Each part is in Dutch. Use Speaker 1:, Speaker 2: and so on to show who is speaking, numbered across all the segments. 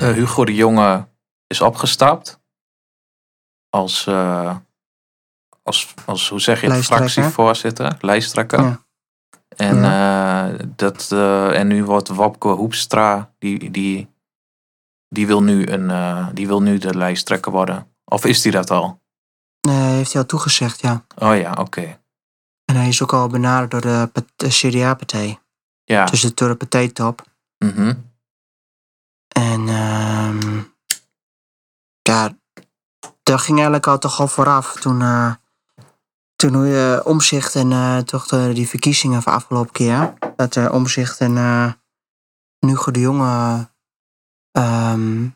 Speaker 1: Eh, Hugo de Jonge is opgestapt. Als, eh, als, als hoe zeg je het,
Speaker 2: Lijsttrekker.
Speaker 1: fractievoorzitter, lijsttrekker.
Speaker 2: Ja.
Speaker 1: En, eh, dat, eh, en nu wordt Wopke Hoepstra, die, die, die, wil nu een, eh, die wil nu de lijsttrekker worden. Of is die dat al?
Speaker 2: Nee, Eh, heeft hij al toegezegd, ja.
Speaker 1: Oh ja, oké.
Speaker 2: En hij is ook al benaderd door de, pat- de CDA-partij.
Speaker 1: Ja.
Speaker 2: Dus de- door de partijtop.
Speaker 1: mhm.
Speaker 2: En ehm ja, daar ging eigenlijk al toch al vooraf toen, eh toen Omzicht en eh, toch de, die verkiezingen van afgelopen keer. Dat Omzicht en eh Hugo de Jonge ehm,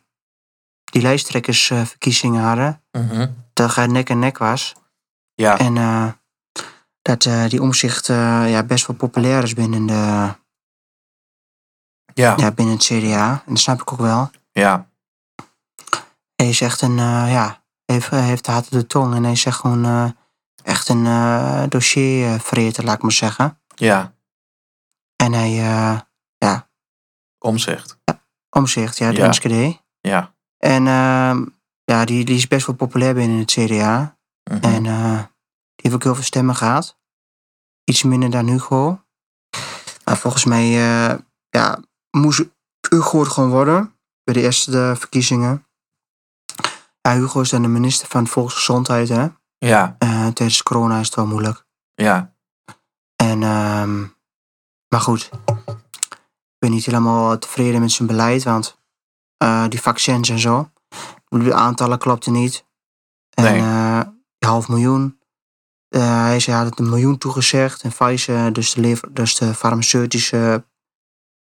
Speaker 2: die lijsttrekkersverkiezingen hadden.
Speaker 1: mhm.
Speaker 2: Dat hij nek en nek was.
Speaker 1: Ja,
Speaker 2: En eh, dat eh, die Omzicht ja, best wel populair is binnen, de,
Speaker 1: ja,
Speaker 2: ja, binnen het CDA. En dat snap ik ook wel.
Speaker 1: ja.
Speaker 2: Hij is echt een, eh, ja, heeft, hij heeft de hart op de tong. En hij is echt gewoon eh, echt een eh dossiervreter, laat ik maar zeggen.
Speaker 1: Ja,
Speaker 2: En hij, eh,
Speaker 1: omzicht.
Speaker 2: omzicht, ja, de
Speaker 1: Ja.
Speaker 2: Enschede.
Speaker 1: Ja.
Speaker 2: En ehm, ja, die, die is best wel populair binnen het CDA.
Speaker 1: mhm.
Speaker 2: En eh, die heeft ook heel veel stemmen gehad. Iets minder dan Hugo. Maar volgens mij eh, ja, moest Hugo het gewoon worden. Bij de eerste eh, verkiezingen. Ja, Hugo is dan de minister van Volksgezondheid, hè.
Speaker 1: Ja,
Speaker 2: Eh, tijdens corona is het wel moeilijk.
Speaker 1: ja,
Speaker 2: En, ehm, maar goed, ik ben niet helemaal tevreden met zijn beleid, want eh, die vaccins en zo, de aantallen klopten niet. En
Speaker 1: Nee.
Speaker 2: eh, die half miljoen. eh, hij zei, hij had het een miljoen toegezegd. En Pfizer, dus de, lever, dus de farmaceutische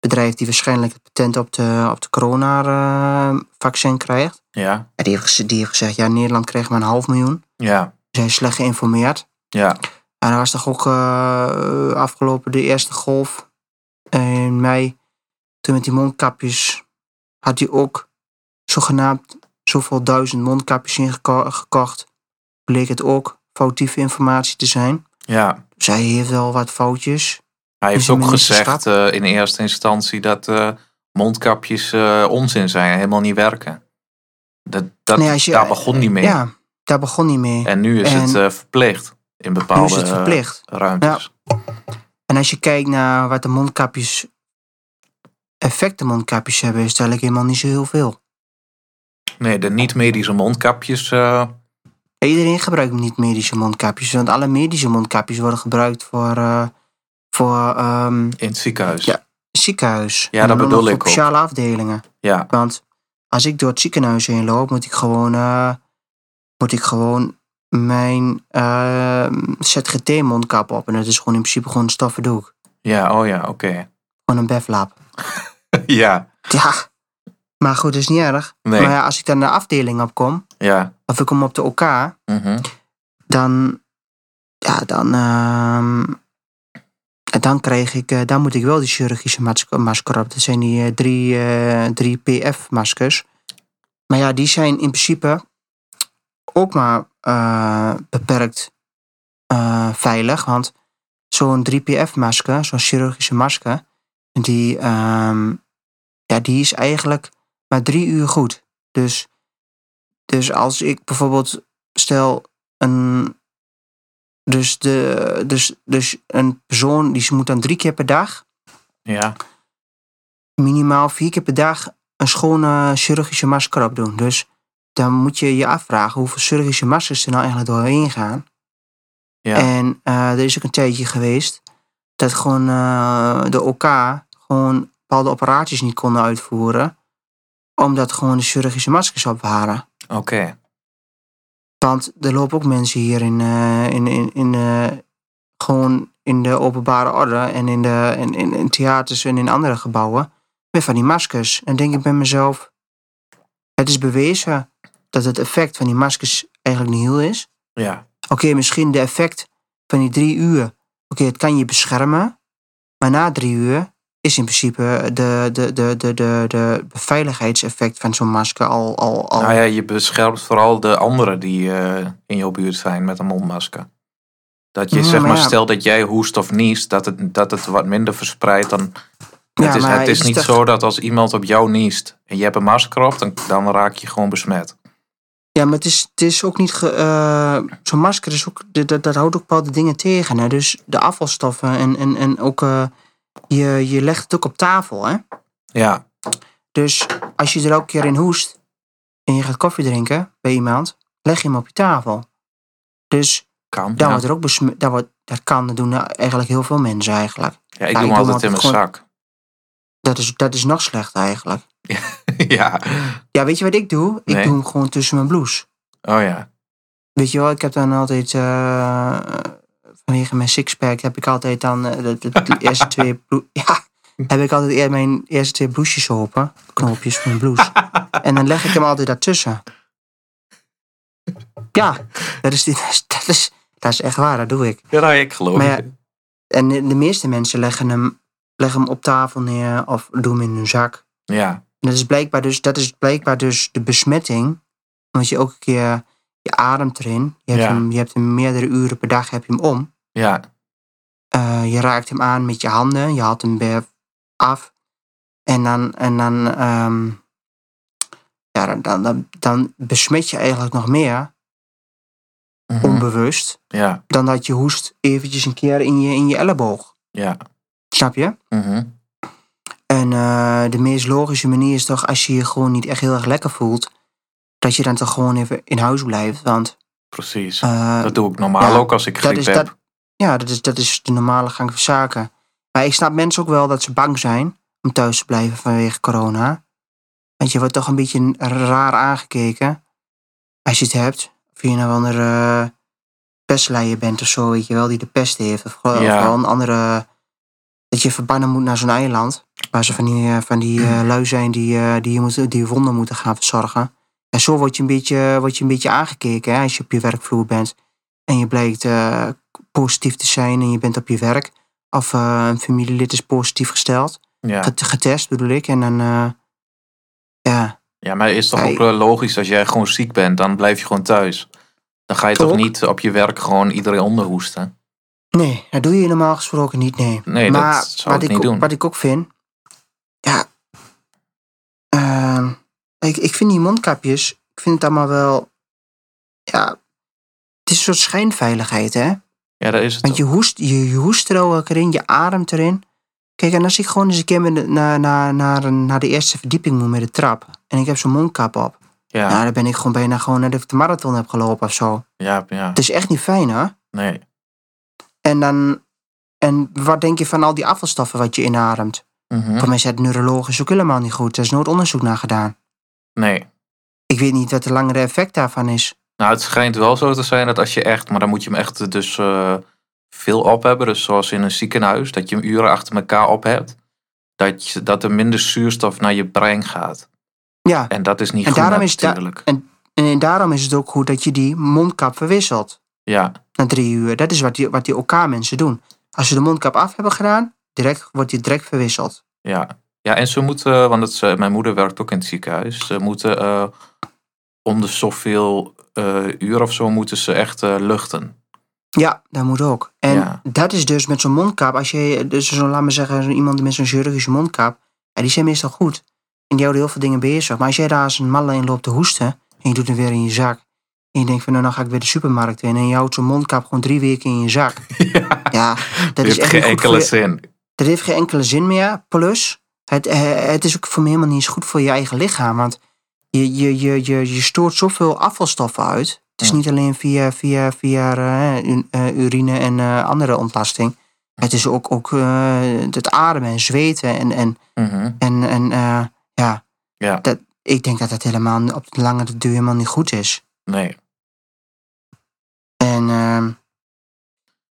Speaker 2: bedrijf die waarschijnlijk het patent op de, op de corona-vaccin krijgt.
Speaker 1: ja,
Speaker 2: En die heeft, geze- die heeft gezegd, ja, Nederland krijgt maar een half miljoen.
Speaker 1: ja,
Speaker 2: Ze zijn slecht geïnformeerd.
Speaker 1: ja,
Speaker 2: En er was toch ook eh, afgelopen de eerste golf eh, in mei. Toen met die mondkapjes had hij ook zogenaamd zoveel duizend mondkapjes ingeko- gekocht. Bleek het ook foutieve informatie te zijn.
Speaker 1: ja.
Speaker 2: Dus hij heeft wel wat foutjes.
Speaker 1: Hij heeft
Speaker 2: Is een
Speaker 1: ook
Speaker 2: ministerschap?
Speaker 1: gezegd eh, in eerste instantie dat eh, mondkapjes eh, onzin zijn, helemaal niet werken. Dat, dat,
Speaker 2: Nee, als je-
Speaker 1: daar begon hij mee.
Speaker 2: Ja, daar begon hij mee.
Speaker 1: En nu is
Speaker 2: En-
Speaker 1: het eh, verplicht in
Speaker 2: nu
Speaker 1: bepaalde
Speaker 2: is het verplicht.
Speaker 1: eh, ruimtes.
Speaker 2: En als je kijkt naar wat de mondkapjes, effecten mondkapjes hebben, is het eigenlijk helemaal niet zo heel veel.
Speaker 1: Nee, de niet-medische mondkapjes. eh,
Speaker 2: Iedereen gebruikt niet medische mondkapjes, want alle medische mondkapjes worden gebruikt voor, eh, voor ehm,
Speaker 1: in het ziekenhuis.
Speaker 2: Ja. ziekenhuis.
Speaker 1: Ja,
Speaker 2: En
Speaker 1: dat
Speaker 2: dan
Speaker 1: bedoel
Speaker 2: nog
Speaker 1: ik
Speaker 2: Voor speciale afdelingen.
Speaker 1: ja,
Speaker 2: Want als ik door het ziekenhuis heen loop, moet ik gewoon, eh, moet ik gewoon mijn ehm, ZGT-mondkap op. En dat is gewoon in principe gewoon een stoffen doek.
Speaker 1: ja, oh ja, oké.
Speaker 2: Gewoon een beflap.
Speaker 1: ja,
Speaker 2: Ja, maar goed, dat is niet erg.
Speaker 1: nee,
Speaker 2: Maar ja, als ik dan de afdeling op kom,
Speaker 1: ja.
Speaker 2: of ik kom op de OK,
Speaker 1: mhm,
Speaker 2: dan, ja, dan, ehm, en dan kreeg ik, eh, dan moet ik wel die chirurgische mas- masker op. Dat zijn die eh, drie, eh, drie PF-maskers. Maar ja, die zijn in principe ook maar eh, beperkt eh, veilig. Want zo'n 3PF-masker, zo'n chirurgische masker, die, ehm, ja, die is eigenlijk maar drie uur goed. Dus, dus als ik bijvoorbeeld, stel, een, dus, de, dus, dus een persoon die ze moet dan drie keer per dag,
Speaker 1: ja,
Speaker 2: minimaal vier keer per dag, een schone chirurgische masker op doen. Dus dan moet je je afvragen hoeveel chirurgische maskers er nou eigenlijk doorheen gaan.
Speaker 1: ja,
Speaker 2: En eh, er is ook een tijdje geweest dat gewoon eh, de OK gewoon bepaalde operaties niet konden uitvoeren, omdat gewoon de chirurgische maskers op waren.
Speaker 1: oké.
Speaker 2: Want er lopen ook mensen hier in, eh, in, in, in eh, gewoon in de openbare orde en in, de, in, in, in theaters en in andere gebouwen met van die maskers. En denk ik bij mezelf, het is bewezen dat het effect van die maskers eigenlijk niet heel is.
Speaker 1: Ja,
Speaker 2: Oké, misschien de effect van die drie uur. Oké, het kan je beschermen, maar na drie uur is in principe de, de, de, de, de, de veiligheidseffect van zo'n masker al... al, al
Speaker 1: nou ja, je beschermt vooral de anderen die eh, in jouw buurt zijn met een mondmasker. Dat je
Speaker 2: Ja,
Speaker 1: zeg
Speaker 2: Mm, maar
Speaker 1: maar,
Speaker 2: ja.
Speaker 1: stel dat jij hoest of niest, dat het, dat het wat minder verspreidt dan het is,
Speaker 2: maar
Speaker 1: het is
Speaker 2: is
Speaker 1: niet
Speaker 2: dat-
Speaker 1: zo dat als iemand op jou niest en je hebt een masker op, dan, dan raak je gewoon besmet.
Speaker 2: Ja, maar het is, het is ook niet. ge- eh, Zo'n masker is ook. Dat, dat, dat houdt ook bepaalde dingen tegen. Hè? Dus de afvalstoffen en, en, en ook. eh, je, je legt het ook op tafel. Hè?
Speaker 1: Ja,
Speaker 2: Dus als je er elke keer in hoest. en je gaat koffie drinken bij iemand. leg je hem op je tafel. Dus
Speaker 1: kan.
Speaker 2: daar
Speaker 1: ja.
Speaker 2: wordt er ook besmet. Daar wordt, dat kan dat doen eigenlijk heel veel mensen eigenlijk.
Speaker 1: Ja, ik
Speaker 2: Ja,
Speaker 1: doe
Speaker 2: ik
Speaker 1: hem
Speaker 2: doe
Speaker 1: altijd in
Speaker 2: hem
Speaker 1: mijn
Speaker 2: altijd
Speaker 1: zak.
Speaker 2: Dat is, dat is nog slechter eigenlijk.
Speaker 1: ja.
Speaker 2: Ja, weet je wat ik doe? Ik
Speaker 1: Nee.
Speaker 2: doe hem gewoon tussen mijn blouse.
Speaker 1: Oh ja.
Speaker 2: Weet je wel, ik heb dan altijd. eh, vanwege mijn sixpack heb ik altijd dan. eh, de, de- de eerste twee. blo- Ja, heb ik altijd eer- mijn eerste twee blouses open. Knoopjes van mijn blouse. En dan leg ik hem altijd daartussen. Ja, dat is, dat is, dat is, dat is echt waar, dat doe ik.
Speaker 1: Ja, nou, ik geloof
Speaker 2: Maar ja,
Speaker 1: het.
Speaker 2: En de de meeste mensen leggen hem, leggen hem op tafel neer of doen hem in hun zak.
Speaker 1: Ja.
Speaker 2: En dat is blijkbaar dus, dat is blijkbaar dus de besmetting. Want je ook een keer, je ademt erin. Je hebt,
Speaker 1: Ja.
Speaker 2: hem, je hebt hem meerdere uren per dag heb je hem om.
Speaker 1: Ja.
Speaker 2: Eh, je raakt hem aan met je handen. Je haalt hem weer af. En dan, en dan, ehm, ja, dan, dan, dan, dan besmet je eigenlijk nog meer,
Speaker 1: Mhm.
Speaker 2: onbewust,
Speaker 1: Ja.
Speaker 2: dan dat je hoest eventjes een keer in je, in je elleboog.
Speaker 1: Ja.
Speaker 2: Snap je?
Speaker 1: Mhm.
Speaker 2: En eh, de meest logische manier is toch als je je gewoon niet echt heel erg lekker voelt, dat je dan toch gewoon even in huis blijft. Want
Speaker 1: Precies.
Speaker 2: eh,
Speaker 1: dat doe ik normaal
Speaker 2: ja,
Speaker 1: ook als ik griep
Speaker 2: is
Speaker 1: heb.
Speaker 2: dat. Ja, dat is, dat is de normale gang van zaken. Maar ik snap mensen ook wel dat ze bang zijn om thuis te blijven vanwege corona. Want je wordt toch een beetje raar aangekeken als je het hebt. Of je nou een andere eh, pestleier bent of zo, weet je wel, die de pest heeft. Of gewoon,
Speaker 1: Ja.
Speaker 2: of wel een andere. Dat je verbannen moet naar zo'n eiland. Waar ze van die, eh, van die eh, lui zijn die, eh, die, je moet, die je wonden moeten gaan verzorgen. En zo word je een beetje, word je een beetje aangekeken hè, als je op je werkvloer bent. En je blijkt eh, positief te zijn en je bent op je werk. Of eh, een familielid is positief gesteld.
Speaker 1: Ja.
Speaker 2: Get- Getest bedoel ik. En dan. eh, ja.
Speaker 1: ja, maar het is toch
Speaker 2: Ja,
Speaker 1: ook wel logisch als jij gewoon ziek bent, dan blijf je gewoon thuis. Dan ga je toch
Speaker 2: Klopt.
Speaker 1: niet op je werk gewoon iedereen onderhoesten.
Speaker 2: Nee, dat doe je normaal gesproken niet. Nee.
Speaker 1: Nee,
Speaker 2: maar
Speaker 1: dat zou
Speaker 2: wat
Speaker 1: ik niet
Speaker 2: ook-
Speaker 1: doen.
Speaker 2: Wat ik ook vind. Ja. ehm, ik, ik vind die mondkapjes. Ik vind het allemaal wel. Ja. Het is een soort schijnveiligheid, hè?
Speaker 1: Ja, dat is het.
Speaker 2: Want je hoest, je, je hoest er ook erin, je ademt erin. Kijk, en als ik gewoon eens een keer met de- naar, naar, naar, een- naar de eerste verdieping moet met de trap. En ik heb zo'n mondkap op.
Speaker 1: Ja,
Speaker 2: Nou,
Speaker 1: ja,
Speaker 2: dan ben ik gewoon bijna gewoon net of ik de marathon heb gelopen of zo.
Speaker 1: ja,
Speaker 2: Het is echt niet fijn, hè?
Speaker 1: Nee.
Speaker 2: En dan... En wat denk je van al die afvalstoffen wat je inademt?
Speaker 1: Mhm.
Speaker 2: Voor mij is het neurologisch ook helemaal niet goed. Er is nooit onderzoek naar gedaan.
Speaker 1: Nee.
Speaker 2: Ik weet niet wat de langere effect daarvan is.
Speaker 1: Nou, het schijnt wel zo te zijn dat als je echt, maar dan moet je hem echt eh, dus eh, veel op hebben. Dus zoals in een ziekenhuis, dat je hem uren achter elkaar op hebt. Dat, je, dat er minder zuurstof naar je brein gaat.
Speaker 2: Ja,
Speaker 1: En dat is niet
Speaker 2: En
Speaker 1: goed
Speaker 2: daarom is da-
Speaker 1: natuurlijk.
Speaker 2: en daarom is het ook goed dat je die mondkap verwisselt.
Speaker 1: Ja,
Speaker 2: na drie uur. Dat is wat die, wat die OK-mensen doen. Als ze de mondkap af hebben gedaan, direct, wordt die direct verwisseld.
Speaker 1: ja. Ja, en ze moeten, want het, is, eh, mijn moeder werkt ook in het ziekenhuis. Ze moeten eh, om de zoveel eh, uur of zo moeten ze echt eh, luchten.
Speaker 2: Ja, dat moet ook. En
Speaker 1: Ja.
Speaker 2: dat is dus met zo'n mondkap. Als je, dus zo, laat maar zeggen, zo iemand met zo'n chirurgische mondkap. Ja, die zijn meestal goed. En die houden heel veel dingen bezig. Maar als jij daar als een malle in loopt te hoesten. En je doet hem weer in je zak. En je denkt van, nou, dan ga ik weer de supermarkt in. En je houdt zo'n mondkap gewoon drie weken in je zak.
Speaker 1: ja,
Speaker 2: Ja, dat
Speaker 1: dat
Speaker 2: is
Speaker 1: heeft
Speaker 2: echt
Speaker 1: geen
Speaker 2: niet goed voor
Speaker 1: enkele
Speaker 2: je-
Speaker 1: zin.
Speaker 2: Dat heeft geen enkele zin meer. Plus, het, eh, het is ook voor me helemaal niet eens goed voor je eigen lichaam. Want je, je, je, je, je stoort zoveel afvalstoffen uit. Het is
Speaker 1: Ja.
Speaker 2: niet alleen via, via, via eh, u- eh, urine en eh, andere ontlasting. Het is ook, ook eh, het ademen en zweten. En, en,
Speaker 1: Mhm.
Speaker 2: en, en eh, ja,
Speaker 1: Ja.
Speaker 2: Dat, ik denk dat dat helemaal op de lange duur helemaal niet goed is.
Speaker 1: Nee.
Speaker 2: En ehm,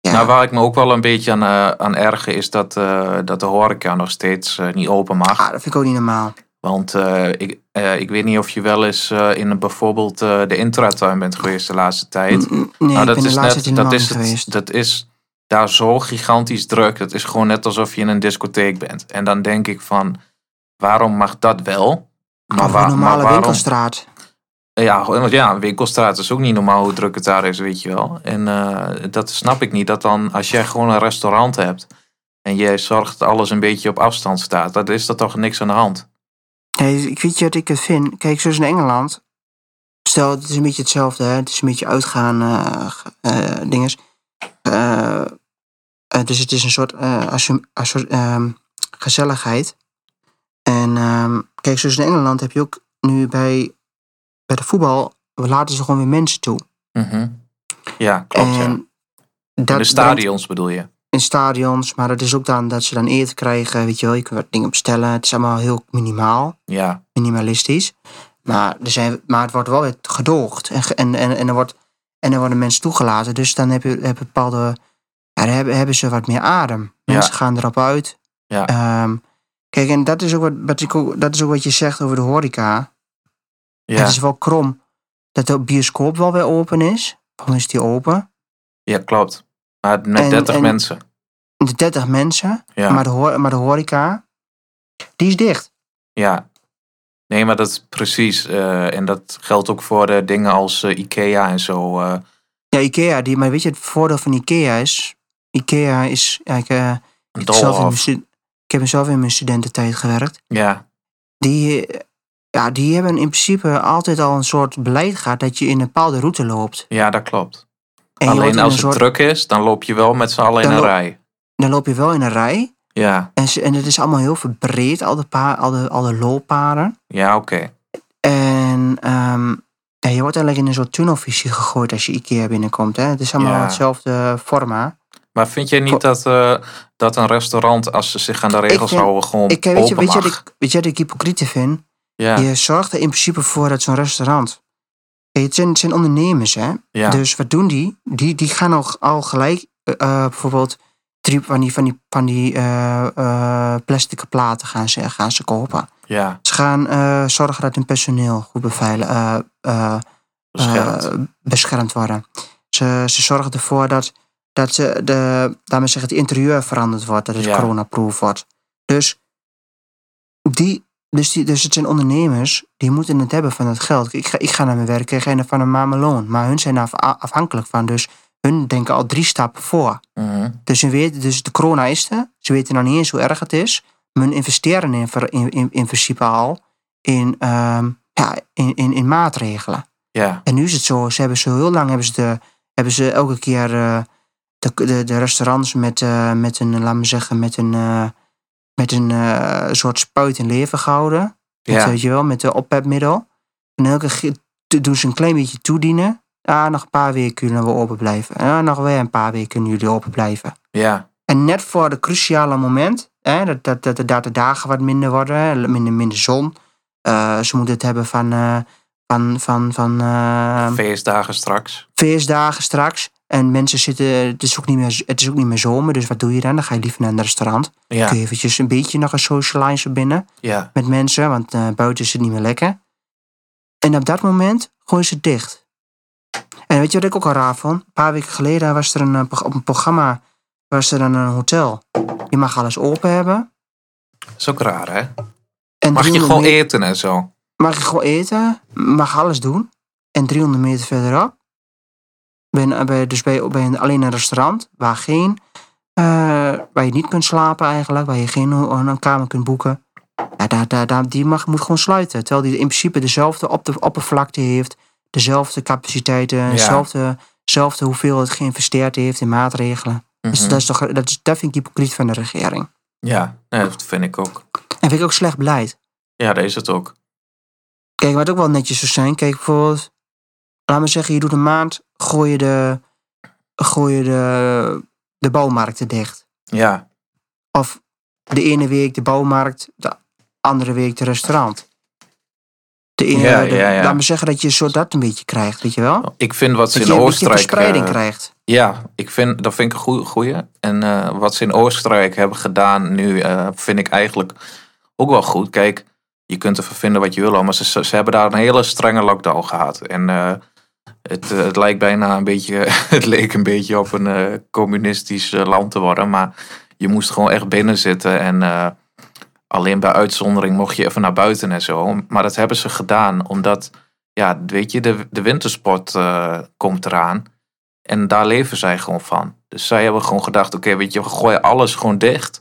Speaker 2: ja,
Speaker 1: Nou, waar ik me ook wel een beetje aan, eh, aan erger is dat, eh, dat de horeca nog steeds eh, niet open mag.
Speaker 2: ah, dat vind ik ook niet normaal.
Speaker 1: Want eh, ik, eh, ik weet niet of je wel eens eh, in bijvoorbeeld eh, de intratuin bent geweest de laatste tijd.
Speaker 2: Mm, mm, Nee,
Speaker 1: Nou,
Speaker 2: ik ben de laatste tijd helemaal
Speaker 1: dat
Speaker 2: niet
Speaker 1: is het-
Speaker 2: geweest.
Speaker 1: Dat is daar zo gigantisch druk. Dat is gewoon net alsof je in een discotheek bent. En dan denk ik van, waarom mag dat wel?
Speaker 2: Maar
Speaker 1: waar-
Speaker 2: een normale
Speaker 1: waarom-
Speaker 2: winkelstraat.
Speaker 1: Ja, want ja, een winkelstraat is ook niet normaal hoe druk het daar is, weet je wel. En eh, dat snap ik niet. Dat dan, als jij gewoon een restaurant hebt En je zorgt dat alles een beetje op afstand staat. Dan is er toch niks aan de hand.
Speaker 2: Nee, dus ik weet je wat ik het vind. Kijk, zoals in Engeland. Stel, het is een beetje hetzelfde. Hè? Het is een beetje uitgaan eh, g- eh, dinges. Eh, eh, dus het is een soort eh, assu- assu- ehm, gezelligheid. En ehm, kijk, zoals in Engeland heb je ook nu bij, bij de voetbal... laten ze gewoon weer mensen toe.
Speaker 1: Mhm. Ja, klopt. ja.
Speaker 2: en
Speaker 1: In
Speaker 2: dat
Speaker 1: de
Speaker 2: brengt-
Speaker 1: stadions bedoel je.
Speaker 2: in stadions, maar het is ook dan dat ze dan eten krijgen, weet je wel, je kunt wat dingen bestellen. Het is allemaal heel minimaal,
Speaker 1: Ja,
Speaker 2: minimalistisch. Maar, er zijn, maar het wordt wel weer gedoogd en, ge- en, en, en, er wordt, en er worden mensen toegelaten. Dus dan heb je, heb je bepaalde, ja, dan hebben, hebben ze wat meer adem.
Speaker 1: Ja.
Speaker 2: Mensen gaan erop uit.
Speaker 1: Ja.
Speaker 2: Ehm, kijk, en dat is, ook wat, wat ik ook, dat is ook wat je zegt over de horeca.
Speaker 1: ja.
Speaker 2: Het is wel krom dat de bioscoop wel weer open is. Waarom is die open?
Speaker 1: ja klopt. Maar met
Speaker 2: En-
Speaker 1: 30
Speaker 2: en-
Speaker 1: mensen.
Speaker 2: De 30 mensen,
Speaker 1: Ja.
Speaker 2: maar, de, ho- maar de horeca, die is dicht.
Speaker 1: Ja. Nee, maar dat is precies. eh, en dat geldt ook voor eh, dingen als eh, IKEA en zo. eh.
Speaker 2: Ja, Ikea, die, maar weet je, het voordeel van Ikea is... Ikea is... Ja, ik, eh, ik,
Speaker 1: Een
Speaker 2: heb zelf in mijn
Speaker 1: doolhof.
Speaker 2: stu- ik heb zelf in mijn studententijd gewerkt.
Speaker 1: Ja,
Speaker 2: Die, eh, ja, die hebben in principe altijd al een soort beleid gehad... dat je in een bepaalde route loopt.
Speaker 1: ja, dat klopt.
Speaker 2: En je wordt
Speaker 1: Alleen
Speaker 2: in
Speaker 1: als
Speaker 2: een
Speaker 1: het
Speaker 2: soort-
Speaker 1: druk is, dan loop je wel met z'n allen in
Speaker 2: Dan
Speaker 1: een
Speaker 2: lo-
Speaker 1: rij.
Speaker 2: Dan loop je wel in een rij.
Speaker 1: Ja,
Speaker 2: En, ze- en het is allemaal heel verbreed, al de, pa, al de, al de looppaden.
Speaker 1: ja oké.
Speaker 2: En ehm, ja, je wordt eigenlijk in een soort tunnelvisie gegooid als je Ikea binnenkomt. Hè? Het is allemaal
Speaker 1: Ja.
Speaker 2: hetzelfde forma.
Speaker 1: Maar vind jij niet
Speaker 2: Voor-
Speaker 1: dat, eh, dat een restaurant, als ze zich aan de regels
Speaker 2: vind-
Speaker 1: houden, gewoon
Speaker 2: Ik, eh, weet,
Speaker 1: open
Speaker 2: je, weet, je,
Speaker 1: mag?
Speaker 2: wat ik- weet je wat ik hypocriet vind?
Speaker 1: ja,
Speaker 2: Je zorgt er in principe voor dat zo'n restaurant. Kijk, het, zijn, het zijn ondernemers, hè?
Speaker 1: ja,
Speaker 2: Dus wat doen die? Die, die gaan al, al gelijk eh, eh, bijvoorbeeld drie van die, van die, van die eh, eh, plastic platen gaan ze, gaan ze kopen.
Speaker 1: ja,
Speaker 2: Ze gaan eh, zorgen dat hun personeel goed beveilig, eh, eh,
Speaker 1: beschermd.
Speaker 2: eh, beschermd worden. Ze, ze zorgen ervoor dat, dat ze de, daarmee zeggen, het interieur veranderd wordt, dat het
Speaker 1: Ja.
Speaker 2: coronaproof wordt. Dus, die, dus, die, dus het zijn ondernemers die moeten het hebben van dat geld. Ik ga, ik ga naar mijn werk, ik ga van een mameloon. Maar hun zijn daar af- afhankelijk van. Dus hun denken al drie stappen voor.
Speaker 1: Mhm.
Speaker 2: Dus, hun weten, dus de corona is er. Ze weten nog niet eens hoe erg het is. Maar hun investeren in, ver- in, in, in principe al in, ehm, ja, in, in, in maatregelen.
Speaker 1: Ja,
Speaker 2: En nu is het zo, ze hebben zo heel lang hebben ze, de, hebben ze elke keer eh, de, de, de restaurants met, eh, met een, laat me zeggen, met een, eh, met een eh, soort spuit in leven gehouden. Met,
Speaker 1: ja,
Speaker 2: weet je wel, met de oppepmiddel. En elke keer t- doen ze een klein beetje toedienen. Ah, nog een paar weken kunnen we open blijven. Ah, nog weer een paar weken kunnen jullie open blijven.
Speaker 1: ja,
Speaker 2: En net voor de cruciale moment, hè, dat, dat, dat, dat de dagen wat minder worden, hè, minder, minder zon. Eh, ze moeten het hebben van, eh, van, van, van eh,
Speaker 1: feestdagen straks.
Speaker 2: feestdagen straks. En mensen zitten, het is, ook niet meer, het is ook niet meer zomer, dus wat doe je dan? Dan ga je liever naar een restaurant.
Speaker 1: Ja,
Speaker 2: Kun je eventjes een beetje nog een socializer binnen
Speaker 1: ja,
Speaker 2: met mensen, want eh, buiten is het niet meer lekker. En op dat moment gooien ze het dicht. En weet je wat ik ook al raar vond? Een paar weken geleden was er een, eh, prog- op een programma, was er een, een hotel. Je mag alles open hebben.
Speaker 1: dat is ook raar, hè?
Speaker 2: En
Speaker 1: Mag je
Speaker 2: 300
Speaker 1: gewoon
Speaker 2: meter-
Speaker 1: eten en zo?
Speaker 2: mag je gewoon eten, mag alles doen. En 300 meter verderop, ben, bij, dus bij, bij een, alleen een restaurant waar, geen, eh, waar je niet kunt slapen eigenlijk, waar je geen eh, een, een kamer kunt boeken. Ja, daar, daar, daar, die mag, moet gewoon sluiten. Terwijl die in principe dezelfde op de oppervlakte heeft, dezelfde capaciteiten, dezelfde, dezelfde hoeveelheid geïnvesteerd heeft in maatregelen. Dus
Speaker 1: Mhm.
Speaker 2: dat, is toch, dat, is, dat vind ik hypocriet van de regering.
Speaker 1: Ja, nee, dat vind ik ook.
Speaker 2: En vind ik ook slecht beleid.
Speaker 1: Ja, dat is het ook.
Speaker 2: Kijk, wat ook wel netjes zou zijn. Kijk, bijvoorbeeld... Laat maar zeggen, je doet een maand... Gooi je de... Gooi je de... De bouwmarkten dicht.
Speaker 1: Ja,
Speaker 2: Of de ene week de bouwmarkt... De andere week de restaurant. De ene...
Speaker 1: Ja,
Speaker 2: de-
Speaker 1: ja, ja.
Speaker 2: Laat maar zeggen dat je zo dat een beetje krijgt, weet je wel?
Speaker 1: ik vind wat ze
Speaker 2: Dat
Speaker 1: in
Speaker 2: je een beetje
Speaker 1: Oostenrijk...
Speaker 2: verspreiding
Speaker 1: eh,
Speaker 2: krijgt.
Speaker 1: Ja, ik vind, dat vind ik een goe- goeie. En eh, wat ze in Oostenrijk hebben gedaan nu, eh, vind ik eigenlijk ook wel goed. Kijk, je kunt ervan vinden wat je wil, maar ze, ze hebben daar een hele strenge lockdown gehad. En eh, het, eh, het lijkt bijna een beetje, het leek een beetje op een eh, communistisch eh, land te worden. Maar je moest gewoon echt binnen zitten en eh, alleen bij uitzondering mocht je even naar buiten en zo. Maar dat hebben ze gedaan, omdat, ja, weet je, de, de wintersport eh, komt eraan. En daar leven zij gewoon van. Dus zij hebben gewoon gedacht, oké, weet je, we gooien alles gewoon dicht.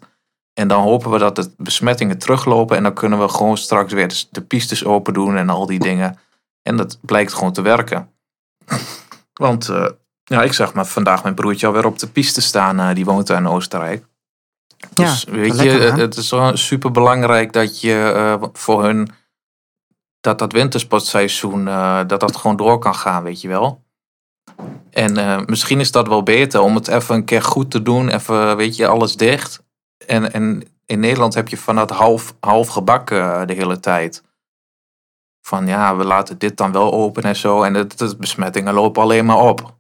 Speaker 1: En dan hopen we dat de besmettingen teruglopen. En dan kunnen we gewoon straks weer dus de pistes open doen en al die dingen. En dat blijkt gewoon te werken. Want eh, ja, ik zag maar vandaag mijn broertje alweer op de piste staan. eh, die woont daar in Oostenrijk.
Speaker 2: Ja,
Speaker 1: Dus weet
Speaker 2: lekker,
Speaker 1: je,
Speaker 2: hè?
Speaker 1: het is wel super belangrijk dat je eh, voor hun dat dat wintersportseizoen eh, dat dat gewoon door kan gaan, weet je wel. En eh, misschien is dat wel beter om het even een keer goed te doen, even weet je alles dicht. En, en in Nederland heb je van dat half, half gebakken eh, de hele tijd. Van ja, we laten dit dan wel open en zo. En de, de besmettingen lopen alleen maar op.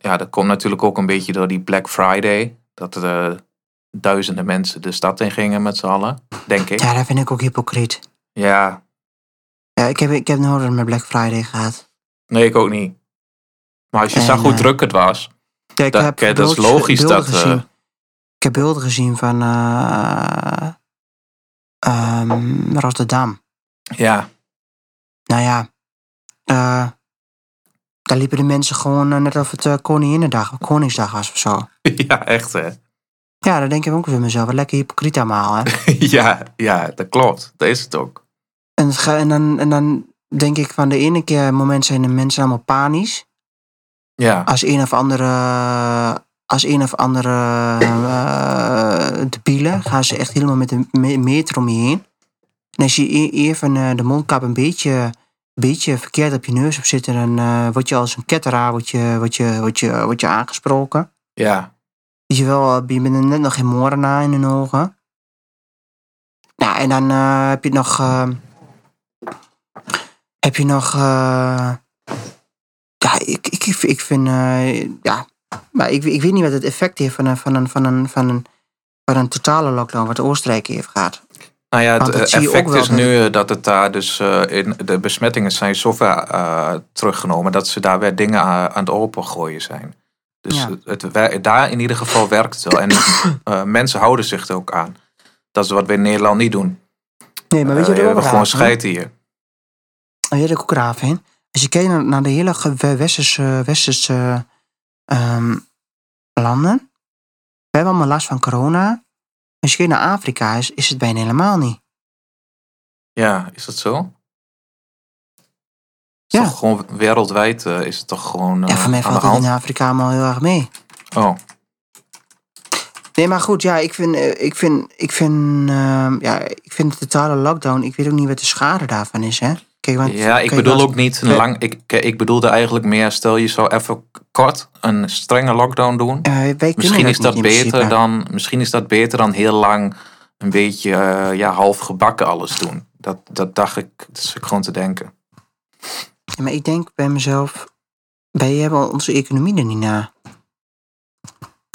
Speaker 1: Ja, dat komt natuurlijk ook een beetje door die Black Friday. Dat er eh, duizenden mensen de stad in gingen met z'n allen, denk ik.
Speaker 2: Ja, dat vind ik ook hypocriet.
Speaker 1: Ja,
Speaker 2: Ja, ik heb, ik heb een horror met Black Friday gehad.
Speaker 1: Nee, ik ook niet. Maar als je
Speaker 2: En,
Speaker 1: zag hoe
Speaker 2: eh,
Speaker 1: druk het was.
Speaker 2: Ja, ik
Speaker 1: Dat- kijk, dat is
Speaker 2: beelden-
Speaker 1: logisch
Speaker 2: beelden
Speaker 1: dat, eh,
Speaker 2: gezien. Ik heb beelden gezien van eh, ehm, Rotterdam.
Speaker 1: Ja,
Speaker 2: Nou ja, eh, daar liepen de mensen gewoon eh, net of het eh, Koninginnedag of Koningsdag was of zo.
Speaker 1: ja echt hè.
Speaker 2: Ja, dan denk ik ook weer mezelf, wat lekker hypocriet allemaal. Hè?
Speaker 1: ja, ja, dat klopt. Dat is het ook.
Speaker 2: en, het ge- en, dan, en dan denk ik van de ene keer moment zijn de mensen allemaal panisch.
Speaker 1: Ja,
Speaker 2: Als een of andere, als een of andere eh debielen gaan ze echt helemaal met een me- meter om je heen. En als je e- even eh, de mondkap een beetje, beetje verkeerd op je neus hebt zitten, dan eh, word je als een ketteraar word je, word je, word je, word je aangesproken.
Speaker 1: ja,
Speaker 2: Weet je wel, eh, je bent er net nog geen moordenaar in hun ogen. Nou, en dan eh, heb je nog... eh, heb je nog... eh, ja, ik, ik, ik, ik vind... eh, ja, maar ik, ik weet niet wat het effect heeft van een, van een, van een, van een, van een totale lockdown... wat Oostenrijk heeft gehad.
Speaker 1: Nou ja, het
Speaker 2: Want dat
Speaker 1: eh,
Speaker 2: zie je ook
Speaker 1: effect
Speaker 2: wel
Speaker 1: is
Speaker 2: bij-
Speaker 1: nu eh, dat het daar dus eh, in, de besmettingen zijn zover eh, teruggenomen dat ze daar weer dingen aan, aan het opengooien zijn. Dus
Speaker 2: Ja.
Speaker 1: het, het wer- daar in ieder geval werkt het wel. En eh, mensen houden zich er ook aan. Dat is wat we in Nederland niet doen.
Speaker 2: Nee, maar weet je
Speaker 1: Eh, we
Speaker 2: wat ik ook
Speaker 1: hebben gewoon
Speaker 2: raar vind?
Speaker 1: scheid hier.
Speaker 2: Weet je wat ik ook raar vind? Als je kijkt naar, naar de hele ge- we- westerse, westerse ehm, landen. We hebben allemaal last van corona. Als je kijkt naar Afrika, is, is het bijna helemaal niet.
Speaker 1: Ja, is dat zo? Is
Speaker 2: Ja.
Speaker 1: toch gewoon wereldwijd eh, is het toch gewoon eh,
Speaker 2: ja, voor mij
Speaker 1: aan de
Speaker 2: valt het
Speaker 1: hand.
Speaker 2: in Afrika allemaal heel erg mee.
Speaker 1: Oh,
Speaker 2: Nee, maar goed, ja, ik vind, eh, ik vind, ik vind, ehm, ja, ik vind de totale lockdown, ik weet ook niet wat de schade daarvan is, hè. Kijk, want,
Speaker 1: ja, ik
Speaker 2: kijk,
Speaker 1: bedoel
Speaker 2: want-
Speaker 1: ook niet een
Speaker 2: Nee.
Speaker 1: lang. Ik, ik bedoelde eigenlijk meer, stel je zou even k- kort een strenge lockdown doen.
Speaker 2: eh, wij kunnen
Speaker 1: misschien is
Speaker 2: niet
Speaker 1: dat
Speaker 2: in
Speaker 1: beter
Speaker 2: principe.
Speaker 1: dan. Misschien is dat beter dan heel lang een beetje eh, ja, half gebakken alles doen. Dat, dat dacht ik, dat zit ik gewoon te denken.
Speaker 2: Ja, Maar ik denk bij mezelf, wij hebben onze economie er niet na.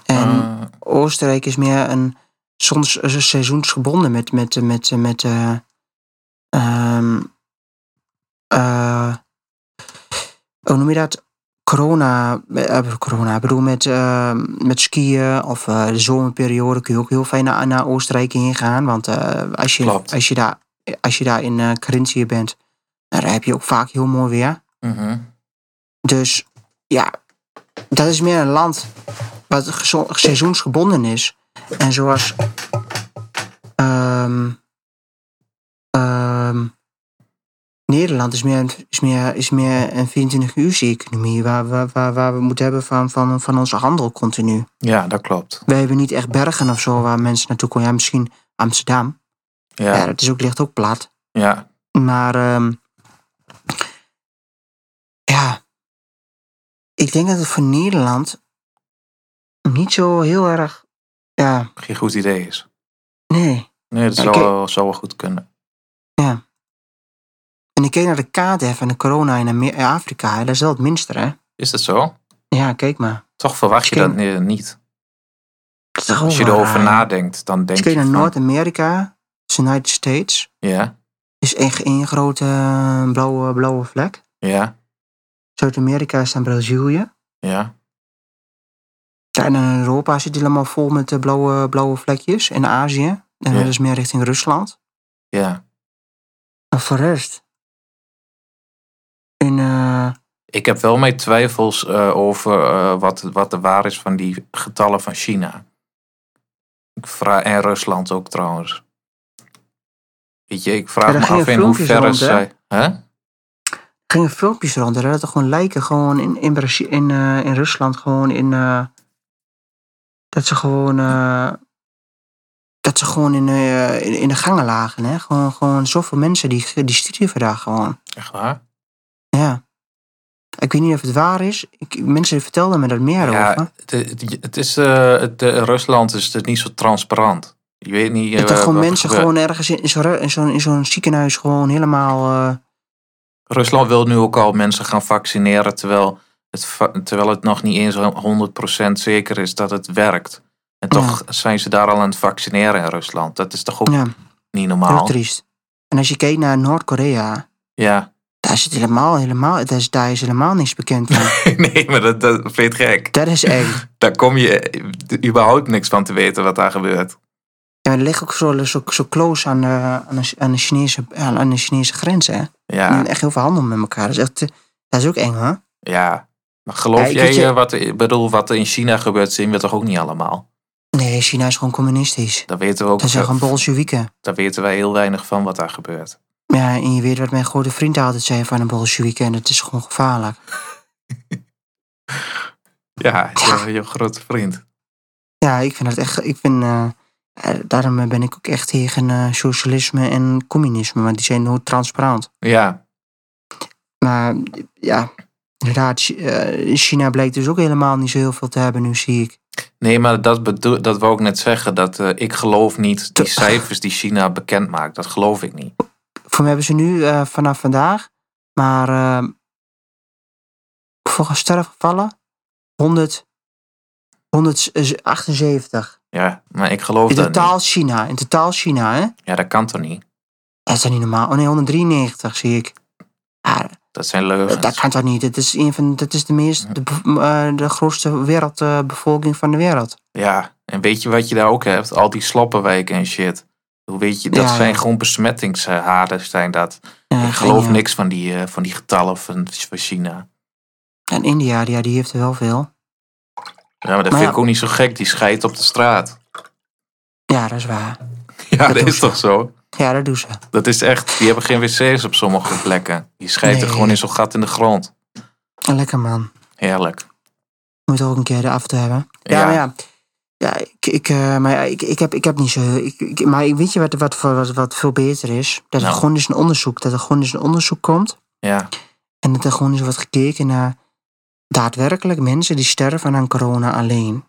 Speaker 2: En...
Speaker 1: Eh,
Speaker 2: Oostenrijk is meer een soms is het seizoensgebonden met, met, met, met, eh, ehm, eh, hoe noem je dat? Corona, eh, corona, ik bedoel met, ehm, met skiën of eh, de zomerperiode kun je ook heel fijn naar, naar Oostenrijk heen gaan. Want eh, als, je,
Speaker 1: Klopt.
Speaker 2: als, je daar, als je daar in eh Carinthië bent, dan heb je ook vaak heel mooi weer.
Speaker 1: mhm.
Speaker 2: Dus ja, dat is meer een land wat gezo- seizoensgebonden is. En zoals. ehm, ehm, Nederland is meer, een- is meer, is meer een 24-uur-economie. Waar, waar, waar, waar we moeten hebben van, van, van onze handel continu.
Speaker 1: Ja, dat klopt.
Speaker 2: Wij hebben niet echt bergen of zo waar mensen naartoe komen. Ja, misschien Amsterdam. Ja,
Speaker 1: Ja,
Speaker 2: dat is ook, ligt ook plat.
Speaker 1: ja.
Speaker 2: Maar ehm, ja, ik denk dat het voor Nederland niet zo heel erg. Ja,
Speaker 1: geen goed idee is.
Speaker 2: nee.
Speaker 1: Nee, dat
Speaker 2: Ja,
Speaker 1: zou,
Speaker 2: kijk-
Speaker 1: wel- zou wel goed kunnen.
Speaker 2: En ik keek naar de kaart even en de corona in Amer- eh, Afrika. hè, Dat is wel het minste, hè?
Speaker 1: Is dat zo?
Speaker 2: Ja, kijk maar.
Speaker 1: Toch verwacht je dat
Speaker 2: Misschien- Oh,
Speaker 1: ni- niet.
Speaker 2: Dat is toch
Speaker 1: Als je
Speaker 2: wel
Speaker 1: erover
Speaker 2: raar.
Speaker 1: nadenkt, dan denk
Speaker 2: Als je
Speaker 1: je
Speaker 2: kijkt naar
Speaker 1: van...
Speaker 2: Noord-Amerika, de United States,
Speaker 1: Ja,
Speaker 2: is echt één grote eh, blauwe, blauwe vlek.
Speaker 1: ja,
Speaker 2: Zuid-Amerika is dan Brazilië.
Speaker 1: ja.
Speaker 2: Ja, en in Europa zit hij helemaal vol met eh, blauwe, blauwe vlekjes. En Azië.
Speaker 1: Ja.
Speaker 2: En dat is meer richting Rusland.
Speaker 1: Ja,
Speaker 2: Maar voor de rest. In, eh,
Speaker 1: Ik heb wel mijn twijfels eh, over eh, wat, wat de waar is van die getallen van China. Ik vraag, en Rusland ook trouwens. Weet je, ik
Speaker 2: Ja,
Speaker 1: vraag
Speaker 2: daar
Speaker 1: me
Speaker 2: gingen
Speaker 1: af in
Speaker 2: filmpjes
Speaker 1: hoeverre
Speaker 2: rond, hè?
Speaker 1: zij... Hè?
Speaker 2: gingen filmpjes rond. hè, Dat er gewoon lijken gewoon in, in, Brazi- in, eh, in Rusland gewoon in. eh, dat ze gewoon. eh, dat ze gewoon in, eh, in, in de gangen lagen. Hè? Gewoon, gewoon zoveel mensen die, die stierven daar gewoon.
Speaker 1: Echt waar?
Speaker 2: Ja. Ik weet niet of het waar is. Ik, mensen vertelden me dat meer
Speaker 1: Ja,
Speaker 2: over.
Speaker 1: Het, het- het is, eh, het, eh, Rusland is het niet zo transparant. Je weet niet... eh,
Speaker 2: Dat er
Speaker 1: wat
Speaker 2: gewoon
Speaker 1: er
Speaker 2: mensen
Speaker 1: gebeurt.
Speaker 2: gewoon ergens in, in zo'n ru- in zo'n in zo'n ziekenhuis gewoon helemaal. eh,
Speaker 1: Rusland wil nu ook al mensen gaan vaccineren, terwijl het, va- terwijl het nog niet eens 100% zeker is dat het werkt. En toch zijn ze daar al aan het vaccineren in Rusland. Dat is toch ook
Speaker 2: ja,
Speaker 1: niet
Speaker 2: heel
Speaker 1: normaal?
Speaker 2: triest. En als je kijkt naar Noord-Korea,
Speaker 1: Ja.
Speaker 2: daar is het helemaal, helemaal, daar is, daar is helemaal niks bekend van.
Speaker 1: nee, maar dat, dat vind je gek.
Speaker 2: dat is echt.
Speaker 1: Daar kom je eh, überhaupt niks van te weten wat daar gebeurt.
Speaker 2: Ja, maar dat ligt ook zo, zo, zo close aan de, aan de, aan de, Chinese, aan, aan de Chinese grens, hè?
Speaker 1: Ja,
Speaker 2: Die doen echt heel veel handel met elkaar. Dat is, echt, eh, dat is ook eng, hoor.
Speaker 1: ja. Maar geloof
Speaker 2: Ja, ik
Speaker 1: jij
Speaker 2: weet je-
Speaker 1: eh, wat, er- ik bedoel, wat er in China gebeurt, zien we toch ook niet allemaal?
Speaker 2: Nee, China is gewoon communistisch.
Speaker 1: Daar weten we ook
Speaker 2: Dat zijn gewoon
Speaker 1: veel-
Speaker 2: bolsjewieken.
Speaker 1: daar weten wij heel weinig van wat daar gebeurt.
Speaker 2: Ja, en je weet wat mijn grote vriend altijd zei van een bolsjewieken. En dat is gewoon gevaarlijk.
Speaker 1: Ja,
Speaker 2: Ja.
Speaker 1: je, je grote vriend.
Speaker 2: Ja, ik vind dat echt... Ik vind, eh, eh, daarom ben ik ook echt tegen eh, socialisme en communisme. Want die zijn nooit transparant.
Speaker 1: Ja,
Speaker 2: Maar ja, inderdaad. Chi- eh, China blijkt dus ook helemaal niet zo heel veel te hebben nu, zie ik.
Speaker 1: Nee, maar dat, bedoel, dat wou ik net zeggen. Dat, eh, ik geloof niet die cijfers die China bekend maakt. Dat geloof ik niet.
Speaker 2: Voor mij hebben ze nu eh, vanaf vandaag maar eh, volgens sterfgevallen 100, 178.
Speaker 1: Ja, maar ik geloof
Speaker 2: In
Speaker 1: dat
Speaker 2: totaal
Speaker 1: niet.
Speaker 2: China. In totaal China, hè?
Speaker 1: Ja, dat kan toch niet?
Speaker 2: Dat is toch niet normaal? Oh nee, 193 zie ik. Ja,
Speaker 1: Dat zijn leugens.
Speaker 2: Eh, dat kan toch niet? Dat is, een van, dat is de, meest, de, bev- eh, de grootste wereldbevolking van de wereld.
Speaker 1: Ja, en weet je wat je daar ook hebt? Al die sloppenwijken en shit. Hoe weet je, dat
Speaker 2: Ja,
Speaker 1: zijn
Speaker 2: ja.
Speaker 1: gewoon besmettingshaarden zijn dat.
Speaker 2: Ja,
Speaker 1: ik geloof
Speaker 2: geniaal.
Speaker 1: niks van die, eh, van die getallen van, van China.
Speaker 2: En India, ja, die heeft er wel veel.
Speaker 1: Ja, maar dat
Speaker 2: Maar
Speaker 1: vind
Speaker 2: ja.
Speaker 1: ik ook niet zo gek. Die scheidt op de straat.
Speaker 2: Ja, dat is waar.
Speaker 1: Ja, dat,
Speaker 2: doen
Speaker 1: is
Speaker 2: ze.
Speaker 1: toch zo?
Speaker 2: Ja, dat doen ze.
Speaker 1: Dat is echt, die hebben geen wc's op sommige plekken. Die scheiden
Speaker 2: Nee.
Speaker 1: gewoon in zo'n gat in de grond.
Speaker 2: Lekker man.
Speaker 1: Heerlijk.
Speaker 2: Moet ook een keer de af te hebben. Ja, maar ja. Ja, ik, ik, eh, maar ja, ik, ik, heb, ik heb niet zo. Ik, ik- maar ik- weet je wat, wat, voor- wat, wat veel beter is? Dat er
Speaker 1: Nou.
Speaker 2: gewoon eens een onderzoek, dat er gewoon eens een onderzoek komt.
Speaker 1: Ja,
Speaker 2: En dat er gewoon eens wordt gekeken naar daadwerkelijk mensen die sterven aan corona alleen.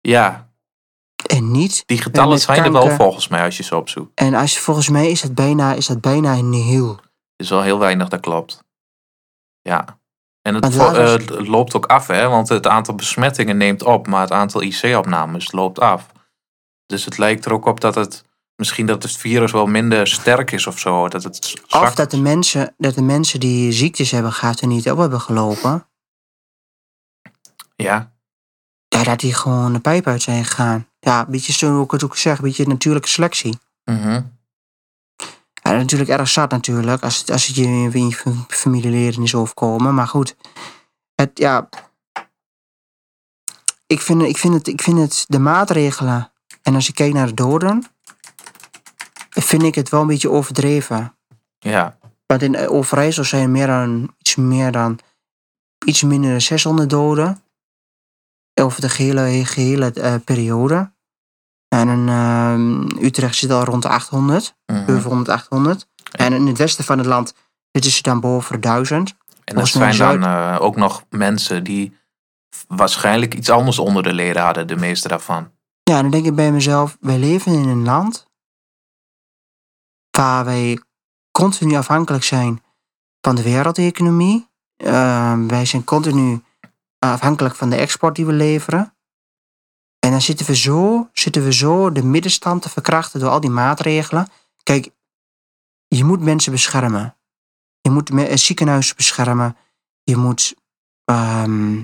Speaker 1: ja
Speaker 2: En niet.
Speaker 1: die getallen
Speaker 2: met
Speaker 1: zijn er wel
Speaker 2: kanker.
Speaker 1: volgens mij als je ze opzoekt.
Speaker 2: En als, volgens mij is dat bijna, is dat bijna nihil.
Speaker 1: Er is wel heel weinig dat klopt. Ja. En het
Speaker 2: Maar
Speaker 1: vo-
Speaker 2: laten we-
Speaker 1: eh, het loopt ook af, hè? Want het aantal besmettingen neemt op, maar het aantal IC-opnames loopt af. Dus het lijkt er ook op dat het misschien dat het virus wel minder sterk is of zo. Dat het z-
Speaker 2: Of
Speaker 1: zacht
Speaker 2: dat de,
Speaker 1: is.
Speaker 2: mensen, dat de mensen die ziektes hebben gehad en niet op hebben gelopen.
Speaker 1: Ja,
Speaker 2: Ja, dat die gewoon de pijp uit zijn gegaan. Ja, een beetje zo hoe ik het ook zeg, een beetje natuurlijke selectie.
Speaker 1: mhm.
Speaker 2: Ja, dat is natuurlijk erg zat natuurlijk, als het, als het je in je fam- familieleden is overkomen. Maar goed, het, ja, ik vind, ik, vind het, ik vind het de maatregelen. En als ik kijk naar de doden, vind ik het wel een beetje overdreven.
Speaker 1: ja,
Speaker 2: Want in eh, Overijssel zijn er meer dan, iets, meer dan, iets minder dan 600 doden. Over de gehele, gehele eh, periode. En in ehm, Utrecht zit al rond de 800.
Speaker 1: mhm.
Speaker 2: 700, 800. En in het westen van het land zitten ze dan boven de 1000.
Speaker 1: En dat
Speaker 2: volgens mij
Speaker 1: zijn dan eh, ook nog mensen die waarschijnlijk iets anders onder de leden hadden, de meeste daarvan.
Speaker 2: Ja, dan denk ik bij mezelf, wij leven in een land waar wij continu afhankelijk zijn van de wereldeconomie. Ehm, wij zijn continu afhankelijk van de export die we leveren. En dan zitten we zo, zitten we zo de middenstand te verkrachten door al die maatregelen. Kijk, je moet mensen beschermen. Je moet me- eh, ziekenhuizen beschermen. Je moet ehm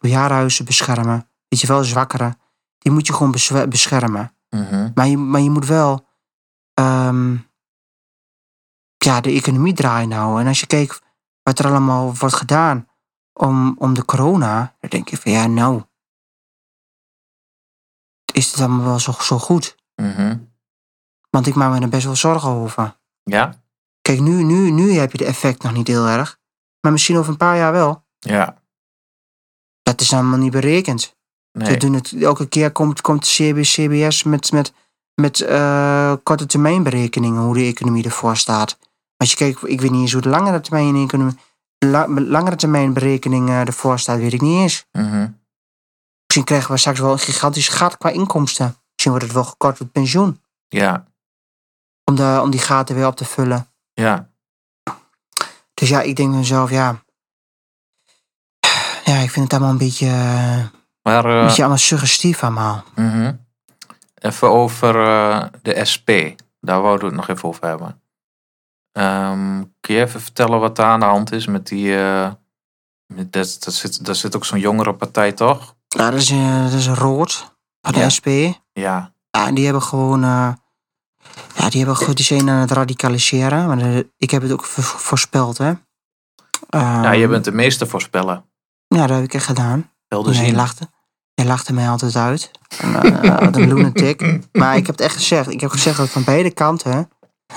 Speaker 2: bejaardenhuizen beschermen. Weet je wel, zwakkeren. Die moet je gewoon beswe- beschermen.
Speaker 1: Mhm.
Speaker 2: Maar je, maar je moet wel ehm, ja, de economie draaien houden. En als je kijkt wat er allemaal wordt gedaan om, om de corona, dan denk je van ja, nou. Is het allemaal wel zo, zo goed?
Speaker 1: Mhm.
Speaker 2: Want ik maak me er best wel zorgen over.
Speaker 1: Ja?
Speaker 2: Kijk, nu, nu, nu heb je de effect nog niet heel erg. Maar misschien over een paar jaar wel.
Speaker 1: Ja.
Speaker 2: Dat is allemaal niet berekend. Ze
Speaker 1: Nee.
Speaker 2: doen het, elke keer komt, komt CB, CBS met, met, met eh, korte termijn berekeningen hoe de economie ervoor staat. Als je kijkt, ik weet niet eens hoe de langere termijn, economie, la- langere termijn berekening eh, ervoor staat, weet ik niet eens.
Speaker 1: Mhm.
Speaker 2: Misschien krijgen we straks wel een gigantisch gat qua inkomsten. Misschien wordt het wel gekort met pensioen.
Speaker 1: Ja.
Speaker 2: Om, de, om die gaten weer op te vullen.
Speaker 1: Ja.
Speaker 2: Dus ja, ik denk bij mezelf, ja. Ja, ik vind het allemaal een beetje, eh,
Speaker 1: Maar
Speaker 2: een
Speaker 1: eh,
Speaker 2: beetje allemaal suggestief allemaal.
Speaker 1: mhm. even over eh, de SP. Daar wouden we het nog even over hebben. Ehm, kun je even vertellen wat daar aan de hand is met die... eh, met dat, dat zit, daar zit ook zo'n jongere partij, toch?
Speaker 2: Ja, dat is, eh, dat is rood van de
Speaker 1: Ja.
Speaker 2: SP.
Speaker 1: Ja.
Speaker 2: Ja, en die hebben gewoon. eh, ja, die, hebben, goed- die zijn aan het radicaliseren. Maar eh, ik heb het ook vo- voorspeld, hè? Ehm,
Speaker 1: ja, je bent de meeste voorspellen.
Speaker 2: Ja, dat heb ik echt gedaan.
Speaker 1: Wel
Speaker 2: Dus
Speaker 1: dus
Speaker 2: hij
Speaker 1: in.
Speaker 2: lachte. Hij lachte mij altijd uit. En, eh, Wat een lunatic. Maar ik heb het echt gezegd. Ik heb gezegd dat van beide kanten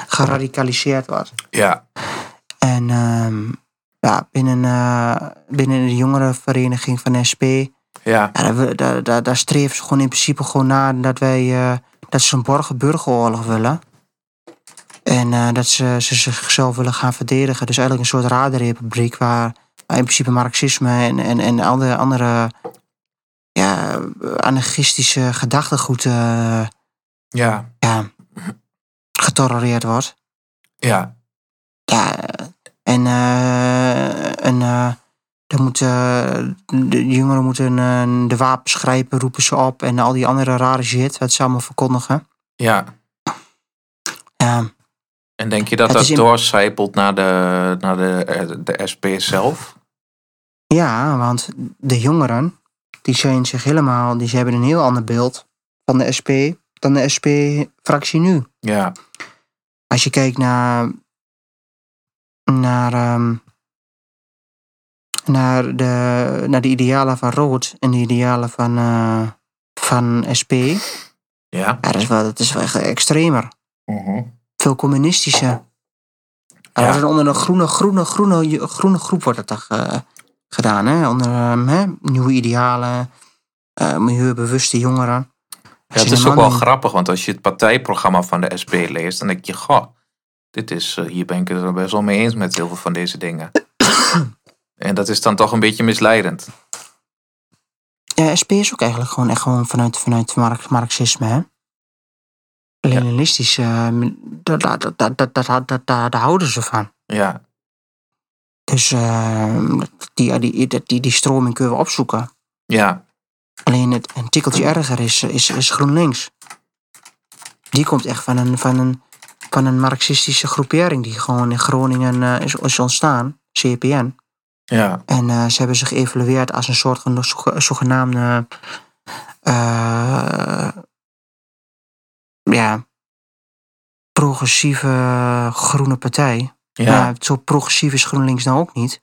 Speaker 2: geradicaliseerd wordt.
Speaker 1: Ja.
Speaker 2: En ehm, ja, binnen, eh, binnen de jongerenvereniging van SP.
Speaker 1: Ja.
Speaker 2: Ja, daar, wil- daar, daar, daar streven ze gewoon in principe gewoon naar dat wij eh, dat ze een borgen burgeroorlog willen. En eh, dat ze, ze zichzelf willen gaan verdedigen. Dus eigenlijk een soort radenrepubliek waar waar in principe marxisme en, en, en andere, andere ja, anarchistische gedachtegoed eh,
Speaker 1: Ja.
Speaker 2: ja, getolereerd wordt.
Speaker 1: Ja.
Speaker 2: Ja, en, eh, en eh, dan moeten de jongeren moeten eh, de wapens grijpen, roepen ze op. En al die andere rare shit, wat ze allemaal verkondigen. Ehm,
Speaker 1: Ja.
Speaker 2: Ja,
Speaker 1: En denk je dat
Speaker 2: Het
Speaker 1: dat
Speaker 2: is in-
Speaker 1: doorcijpelt naar, de, naar de, eh, de SP zelf?
Speaker 2: ja, want de jongeren, die zijn zich helemaal, die ze hebben een heel ander beeld van de SP dan de SP-fractie nu.
Speaker 1: Ja,
Speaker 2: Als je kijkt naar. naar. ehm, naar, de, naar de idealen van Rood en de idealen van. eh, van SP.
Speaker 1: ja. Mhm.
Speaker 2: Ja, dat is wel, dat is wel echt extremer. Veel communistischer. Er
Speaker 1: Ja.
Speaker 2: wordt het onder een groene, groene, groene, groene groep wordt het dan ge- gedaan. Hè? Onder ehm, hè? nieuwe idealen, eh, milieubewuste jongeren.
Speaker 1: Ja, het
Speaker 2: Als je
Speaker 1: is
Speaker 2: een
Speaker 1: ook wel
Speaker 2: man-
Speaker 1: grappig, want als je het partijprogramma van de SP leest, dan denk je, goh, dit is, eh, hier ben ik het er best wel mee eens met heel veel van deze dingen. en dat is dan toch een beetje misleidend.
Speaker 2: Ja, SP is ook eigenlijk gewoon echt gewoon vanuit, vanuit marx, marxisme, hè? Leninistisch, eh, dat dat dat dat dat dat dat- dat- daar houden ze van.
Speaker 1: Ja,
Speaker 2: Dus eh, die, die, die, die, die stroming kunnen we opzoeken.
Speaker 1: ja,
Speaker 2: Alleen het een tikkeltje erger is, is, is GroenLinks. Die komt echt van een, van, een, van een marxistische groepering die gewoon in Groningen eh, is, is ontstaan, CPN.
Speaker 1: ja,
Speaker 2: En eh, ze hebben zich geëvalueerd als een soort geno- zoge- zogenaamde. eh, ja. progressieve groene partij.
Speaker 1: ja,
Speaker 2: Maar zo progressief is GroenLinks nou ook niet.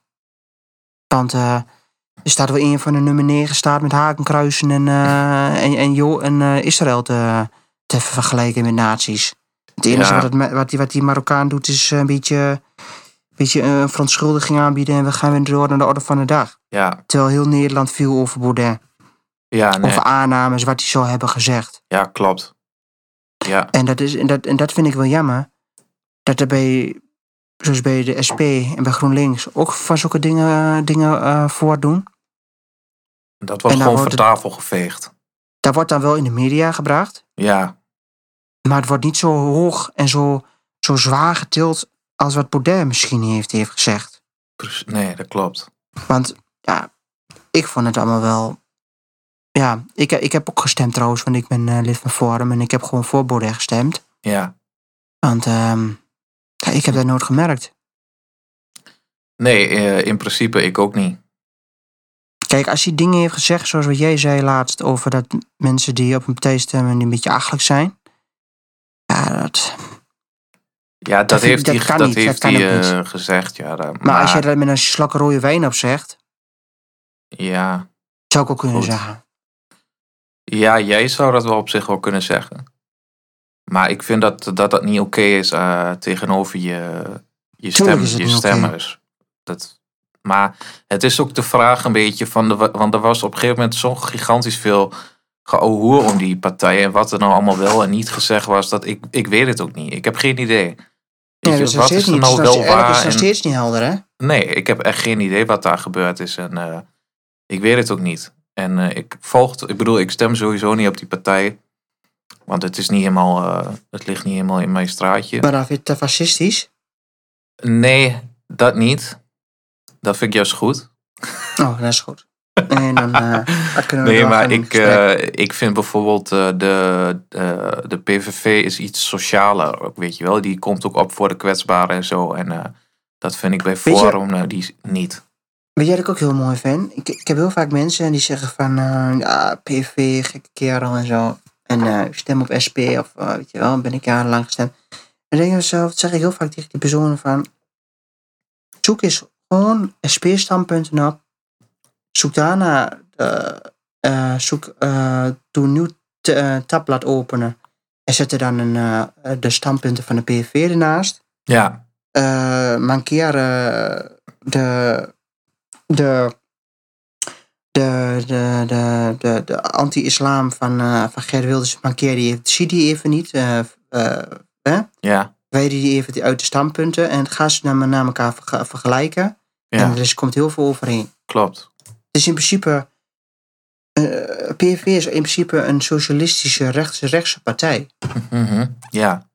Speaker 2: Want eh, er staat wel een van de nummer 9 staat met hakenkruisen en, eh, en, en, Jo- en eh, Israël te, te vergelijken met nazi's. Het enige
Speaker 1: Ja.
Speaker 2: wat, het me- wat, die, wat die Marokkaan doet is eh, een beetje, een beetje eh, een verontschuldiging aanbieden en we gaan weer door naar de orde van de dag.
Speaker 1: ja,
Speaker 2: Terwijl heel Nederland viel over Baudet,
Speaker 1: ja, nee,
Speaker 2: over aannames, wat hij zou hebben gezegd.
Speaker 1: ja, klopt. Ja,
Speaker 2: En dat, is, en, dat, en dat vind ik wel jammer. Dat er bij, zoals bij de SP en bij GroenLinks, ook van zulke dingen, dingen eh, voordoen.
Speaker 1: dat wordt
Speaker 2: En daar
Speaker 1: gewoon van
Speaker 2: wordt
Speaker 1: tafel geveegd.
Speaker 2: Dat wordt dan wel in de media gebracht.
Speaker 1: Ja,
Speaker 2: Maar het wordt niet zo hoog en zo, zo zwaar getild als wat Baudet misschien heeft, heeft gezegd.
Speaker 1: precies. nee, dat klopt.
Speaker 2: Want ja, ik vond het allemaal wel... Ja, ik, heb- ik heb ook gestemd trouwens, want ik ben eh, lid van Forum en ik heb gewoon voor Baudet gestemd.
Speaker 1: Ja.
Speaker 2: Want ehm, ja, ik heb dat nooit gemerkt.
Speaker 1: Nee, eh, in principe ik ook niet.
Speaker 2: Kijk, als hij dingen heeft gezegd, zoals wat jij zei laatst, over dat m- mensen die op een partij stemmen die een beetje achterlijk zijn. Ja, dat.
Speaker 1: Ja, dat,
Speaker 2: vind-
Speaker 1: heeft
Speaker 2: dat
Speaker 1: hij
Speaker 2: kan
Speaker 1: dat
Speaker 2: niet, dat
Speaker 1: heeft
Speaker 2: kan
Speaker 1: hij
Speaker 2: ook niet.
Speaker 1: eh, gezegd. Ja, dan-
Speaker 2: Maar als je er met een slok rode wijn op zegt,
Speaker 1: ja,
Speaker 2: zou ik ook kunnen
Speaker 1: Goed.
Speaker 2: zeggen.
Speaker 1: ja, jij zou dat wel op zich wel kunnen zeggen. Maar ik vind dat dat, dat niet oké is eh, tegenover je, je, stem,
Speaker 2: is het
Speaker 1: je
Speaker 2: niet oké.
Speaker 1: stemmers. Dat, maar het is ook de vraag een beetje van... De, wa- want er was op een gegeven moment zo gigantisch veel geohoer om die partij. En wat er nou allemaal wel en niet gezegd was. Dat ik, ik weet het ook niet. Ik heb geen idee. Weet
Speaker 2: Nee,
Speaker 1: je,
Speaker 2: dat is nog
Speaker 1: wat
Speaker 2: steeds
Speaker 1: is er
Speaker 2: niet. Het
Speaker 1: nou
Speaker 2: is nog
Speaker 1: wel
Speaker 2: steeds- eigenlijk is
Speaker 1: waar
Speaker 2: het nog
Speaker 1: en-
Speaker 2: steeds niet helder, hè?
Speaker 1: Nee, ik heb echt geen idee wat daar gebeurd is. En eh, ik weet het ook niet. En eh, ik volg, het- ik bedoel, ik stem sowieso niet op die partij. Want het is niet helemaal, eh, het ligt niet helemaal in mijn straatje.
Speaker 2: Maar dan vind je het te fascistisch.
Speaker 1: Nee, dat niet. Dat vind ik juist goed.
Speaker 2: Oh, dat is goed. En dan eh, dat kunnen we
Speaker 1: Nee,
Speaker 2: wel gaan
Speaker 1: maar
Speaker 2: in
Speaker 1: ik,
Speaker 2: gesprek.
Speaker 1: eh, ik vind bijvoorbeeld eh, de, eh, de, de PVV is iets socialer. ook, Weet je wel, die komt ook op voor de kwetsbaren en zo. En eh, dat vind ik bij
Speaker 2: je-
Speaker 1: Forum eh, die niet.
Speaker 2: Weet jij wat ik ook heel mooi vind? Ik, ik heb heel vaak mensen die zeggen van... eh, ja, PV, gekke kerel en zo. En eh, ik stem op SP of eh, weet je wel, ben ik jarenlang gestemd. En denk ik mezelf, dat zeg ik heel vaak tegen die personen van... Zoek eens gewoon sp-standpunten op. Zoek daarna... eh, eh, zoek, eh, doe een nieuw t- eh, tabblad openen. En zet er dan een, eh, eh, de standpunten van de PV ernaast
Speaker 1: Ja,
Speaker 2: eh mankeer eh, de, de, de, de, de, de, de anti-islam van, eh, van Gert Wilders, mankeer die even, zie die even niet, eh eh,
Speaker 1: ja,
Speaker 2: weet die even uit de standpunten en ga ze naar, naar elkaar verge- vergelijken. En
Speaker 1: ja,
Speaker 2: er is, komt heel veel overeen.
Speaker 1: klopt.
Speaker 2: Het is in principe, eh PVV is in principe een socialistische rechtse, rechtse partij.
Speaker 1: Mhm, Ja.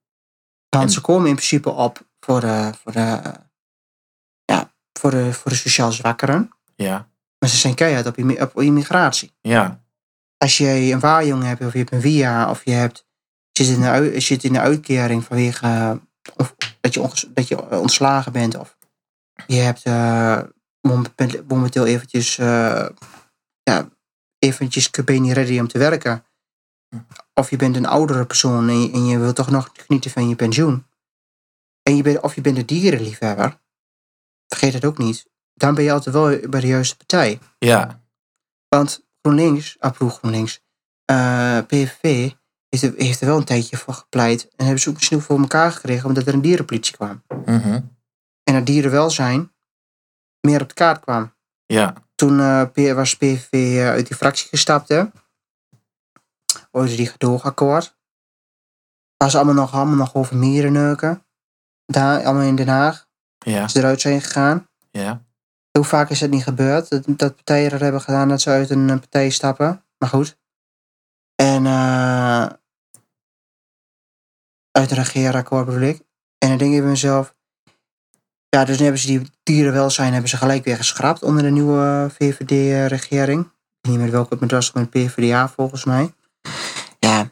Speaker 2: Want
Speaker 1: En-
Speaker 2: ze komen in principe op voor de, voor de, ja, voor de, voor de sociaal zwakkeren.
Speaker 1: Ja,
Speaker 2: Maar ze zijn keihard op, immi- op immigratie.
Speaker 1: ja,
Speaker 2: Als jij een waarjongen hebt, of je hebt een via, of je hebt, zit, in de, ui- zit in de uitkering vanwege eh, of dat, je onges- dat je eh, ontslagen bent. Of je hebt eh, mom- bent momenteel eventjes, eh, ja, eventjes kun- ben je niet ready om te werken. Of je bent een oudere persoon en je, en je wilt toch nog genieten van je pensioen. En je bent, of je bent een dierenliefhebber. Vergeet dat ook niet. Dan ben je altijd wel bij de juiste partij.
Speaker 1: ja,
Speaker 2: Want GroenLinks, approef GroenLinks, eh, PVV heeft er, heeft er wel een tijdje voor gepleit. En hebben ze ook misschien voor elkaar gekregen omdat er een dierenpolitie kwam.
Speaker 1: mhm,
Speaker 2: En dat dierenwelzijn meer op de kaart kwam.
Speaker 1: ja,
Speaker 2: Toen eh, P- was PVV eh, uit die fractie gestapt. Hè? Ooit die gedoogakkoord. Was allemaal nog, allemaal nog over mierenneuken. Daar, allemaal in Den Haag.
Speaker 1: ja,
Speaker 2: Als ze eruit zijn gegaan.
Speaker 1: ja,
Speaker 2: Hoe vaak is het niet gebeurd dat, dat partijen er hebben gedaan dat ze uit een eh, partij stappen? Maar goed. En eh, uit een regeerakkoord bedoel ik. En dan denk ik bij mezelf. Ja, dus nu hebben ze die dierenwelzijn hebben ze gelijk weer geschrapt onder de nieuwe eh, VVD-regering. Ik weet niet meer welke het was, met PVDA volgens mij. Ja.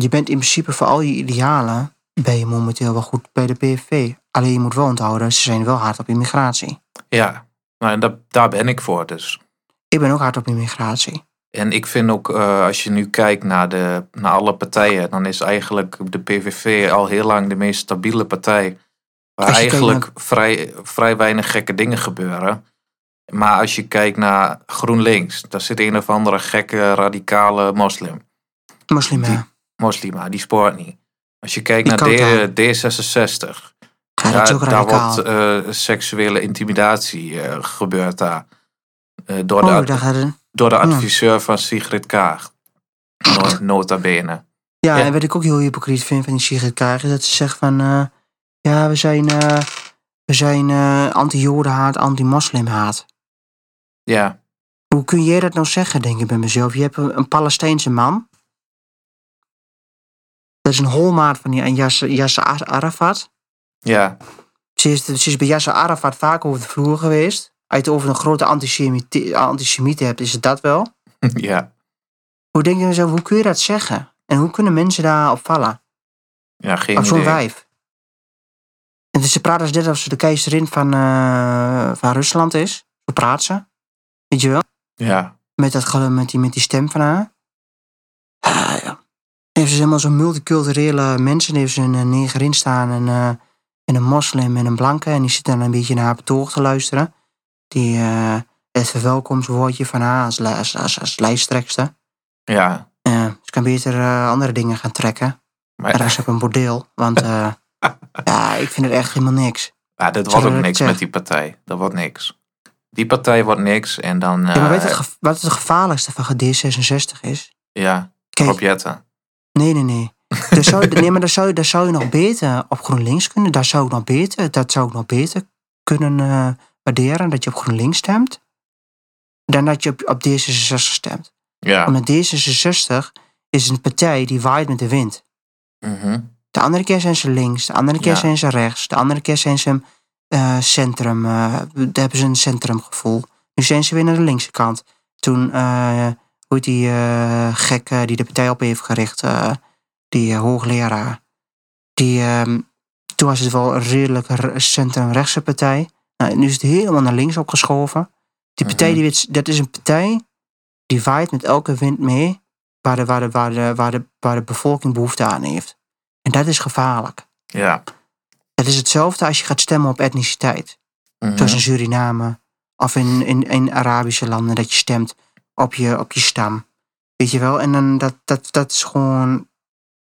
Speaker 2: Je bent in principe voor al je idealen ben je momenteel wel goed bij de PVV. Alleen je moet wel onthouden, ze zijn wel hard op immigratie.
Speaker 1: ja. Nou, en dat, daar ben ik voor dus.
Speaker 2: Ik ben ook hard op immigratie.
Speaker 1: En ik vind ook, eh, als je nu kijkt naar, de, naar alle partijen, dan is eigenlijk de PVV al heel lang de meest stabiele partij. Waar
Speaker 2: Als je kijkt
Speaker 1: eigenlijk vrij, vrij weinig gekke dingen gebeuren. Maar als je kijkt naar GroenLinks, daar zit een of andere gekke radicale moslim.
Speaker 2: Moslima.
Speaker 1: Die- Moslima, die spoort niet. Als je kijkt
Speaker 2: Die
Speaker 1: naar D, D66,
Speaker 2: ja, dat is ook
Speaker 1: daar
Speaker 2: radicaal.
Speaker 1: wordt eh, seksuele intimidatie eh, gebeurd daar. Eh, door,
Speaker 2: oh, hmm.
Speaker 1: de,
Speaker 2: daar gaat het.
Speaker 1: door de
Speaker 2: ja.
Speaker 1: adviseur van Sigrid Kaag. No- Nota bene.
Speaker 2: Ja,
Speaker 1: Ja.
Speaker 2: en wat ik ook heel hypocriet vind van die Sigrid Kaag... is dat ze zegt van... eh, ja, we zijn, eh, we zijn eh, anti-jodenhaat, anti-moslimhaat.
Speaker 1: Ja,
Speaker 2: Hoe kun jij dat nou zeggen, denk ik bij mezelf? Je hebt een, een Palestijnse man. Dat is een holmaat van die Yasser, Yasser Ar- Arafat.
Speaker 1: ja,
Speaker 2: Ze is, ze is bij Yasser Arafat vaak over de vloer geweest. Als je het over een grote antisemite, antisemiete hebt, is het dat wel.
Speaker 1: ja.
Speaker 2: Hoe denk je mezelf, hoe kun je dat zeggen? En hoe kunnen mensen daarop vallen?
Speaker 1: Ja, geen
Speaker 2: Op zo'n
Speaker 1: idee.
Speaker 2: wijf. En dus ze praat als dit of ze de keizerin van, eh, van Rusland is. Zo praat ze. Weet je wel?
Speaker 1: Ja,
Speaker 2: Met, dat, gele- met, die, met die stem van haar. Ah, ja. heeft ze helemaal zo'n multiculturele mensen. Heeft ze een eh, neger in staan en, eh, en een moslim en een blanke. En die zit dan een beetje naar haar betoog te luisteren. Die eh het verwelkomstwoordje van haar als, li- als, als, als lijsttrekster.
Speaker 1: Ja,
Speaker 2: Eh, ze kan beter eh, andere dingen gaan trekken.
Speaker 1: maar
Speaker 2: Ergens op een bordeel. Want eh, ja, ik vind het echt helemaal niks.
Speaker 1: ja, dit
Speaker 2: Zullen
Speaker 1: wordt
Speaker 2: we
Speaker 1: ook
Speaker 2: dat
Speaker 1: niks
Speaker 2: zeggen?
Speaker 1: met die partij. Dat wordt niks. Die partij wordt niks en dan...
Speaker 2: Ja, maar weet
Speaker 1: eh,
Speaker 2: je wat het gev- wat het gevaarlijkste van D66 is?
Speaker 1: ja,
Speaker 2: Kijk,
Speaker 1: Robjetten.
Speaker 2: Nee, nee, nee. Daar zou, nee, maar daar zou, daar zou je nog beter op GroenLinks kunnen. Daar zou ik nog beter, dat zou ik nog beter kunnen eh, waarderen dat je op GroenLinks stemt. Dan dat je op, op D66 stemt.
Speaker 1: Ja.
Speaker 2: Want D66 is een partij die waait met de wind.
Speaker 1: mhm.
Speaker 2: De andere keer zijn ze links, de andere keer
Speaker 1: Ja.
Speaker 2: zijn ze rechts, de andere keer zijn ze eh, centrum. eh, daar hebben ze een centrumgevoel. Nu zijn ze weer naar de linkse kant. Toen, eh, hoe heet die eh, gek eh, die de partij op heeft gericht, eh, die eh, hoogleraar, die, ehm, toen was het wel een redelijk re- centrumrechtse partij. Nou, nu is het helemaal naar links opgeschoven. Die partij,
Speaker 1: Mhm.
Speaker 2: die weet- dat is een partij die waait met elke wind mee waar de, waar de, waar de, waar de, waar de bevolking behoefte aan heeft. En dat is gevaarlijk.
Speaker 1: Ja.
Speaker 2: Dat is hetzelfde als je gaat stemmen op etniciteit.
Speaker 1: mhm.
Speaker 2: Zoals in Suriname of in, in, in Arabische landen, dat je stemt op je, op je stam. Weet je wel? En dan dat, dat, dat is gewoon,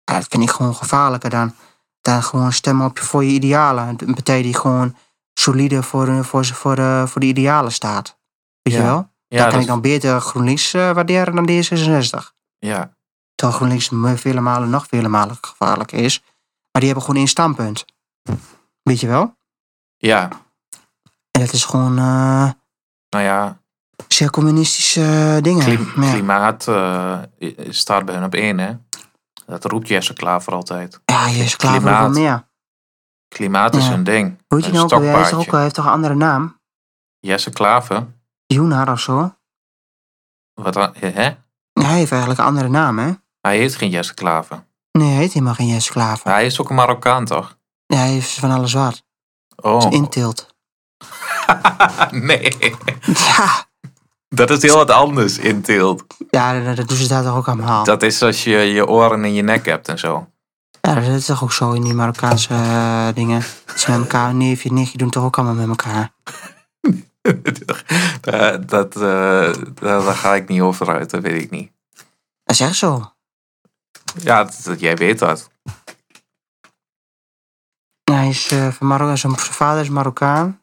Speaker 2: ja, dat vind ik gewoon gevaarlijker dan, dan gewoon stemmen op, je- voor je idealen. Een partij die gewoon solide voor, eh, voor, ze- voor, eh, voor de idealen staat. Weet je
Speaker 1: Ja.
Speaker 2: wel?
Speaker 1: ja,
Speaker 2: dan kan
Speaker 1: dat-
Speaker 2: ik dan beter GroenLinks eh, waarderen dan D66.
Speaker 1: Ja,
Speaker 2: Terwijl GroenLinks me vele malen nog vele malen gevaarlijk is. Maar die hebben gewoon één standpunt. Weet je wel?
Speaker 1: ja.
Speaker 2: En dat is gewoon eh
Speaker 1: Nou ja,
Speaker 2: zeer communistische eh, dingen.
Speaker 1: klim-
Speaker 2: Maar ja,
Speaker 1: klimaat eh, i- staat bij hun op één, hè? Dat roept Jesse Klaver altijd.
Speaker 2: ja, je is klaar voor wel
Speaker 1: klimaat.
Speaker 2: meer.
Speaker 1: Klimaat is
Speaker 2: Ja.
Speaker 1: hun ding.
Speaker 2: Hoe heet
Speaker 1: Een
Speaker 2: die nou ook alweer? Hij is toch ook,
Speaker 1: stokpaardje.
Speaker 2: hij heeft toch een andere naam?
Speaker 1: Jesse Klaver?
Speaker 2: Joenaar of zo?
Speaker 1: Wat dan? Hè?
Speaker 2: Ja, hij heeft eigenlijk een andere naam, hè?
Speaker 1: Hij heet geen Jesse Klaver.
Speaker 2: Nee, hij heet helemaal geen Jesse Klaver.
Speaker 1: Hij is ook een Marokkaan, toch?
Speaker 2: Ja, hij heeft van alles wat.
Speaker 1: Oh,
Speaker 2: Zijn Intilt.
Speaker 1: nee.
Speaker 2: Ja,
Speaker 1: Dat is heel wat anders in teelt.
Speaker 2: ja dat, dat doen ze daar toch ook allemaal.
Speaker 1: Dat is als je je oren in je nek hebt en zo.
Speaker 2: Ja, dat is toch ook zo in die Marokkaanse eh, dingen. Ze met elkaar, neefje, nichtje doen toch ook allemaal met elkaar.
Speaker 1: dat, dat, eh, daar, daar ga ik niet over uit, dat weet ik niet.
Speaker 2: Dat is echt zo.
Speaker 1: Ja, dat- dat- jij weet dat.
Speaker 2: Ja, Hij is eh, van Marokko. Zijn vader is Marokkaan.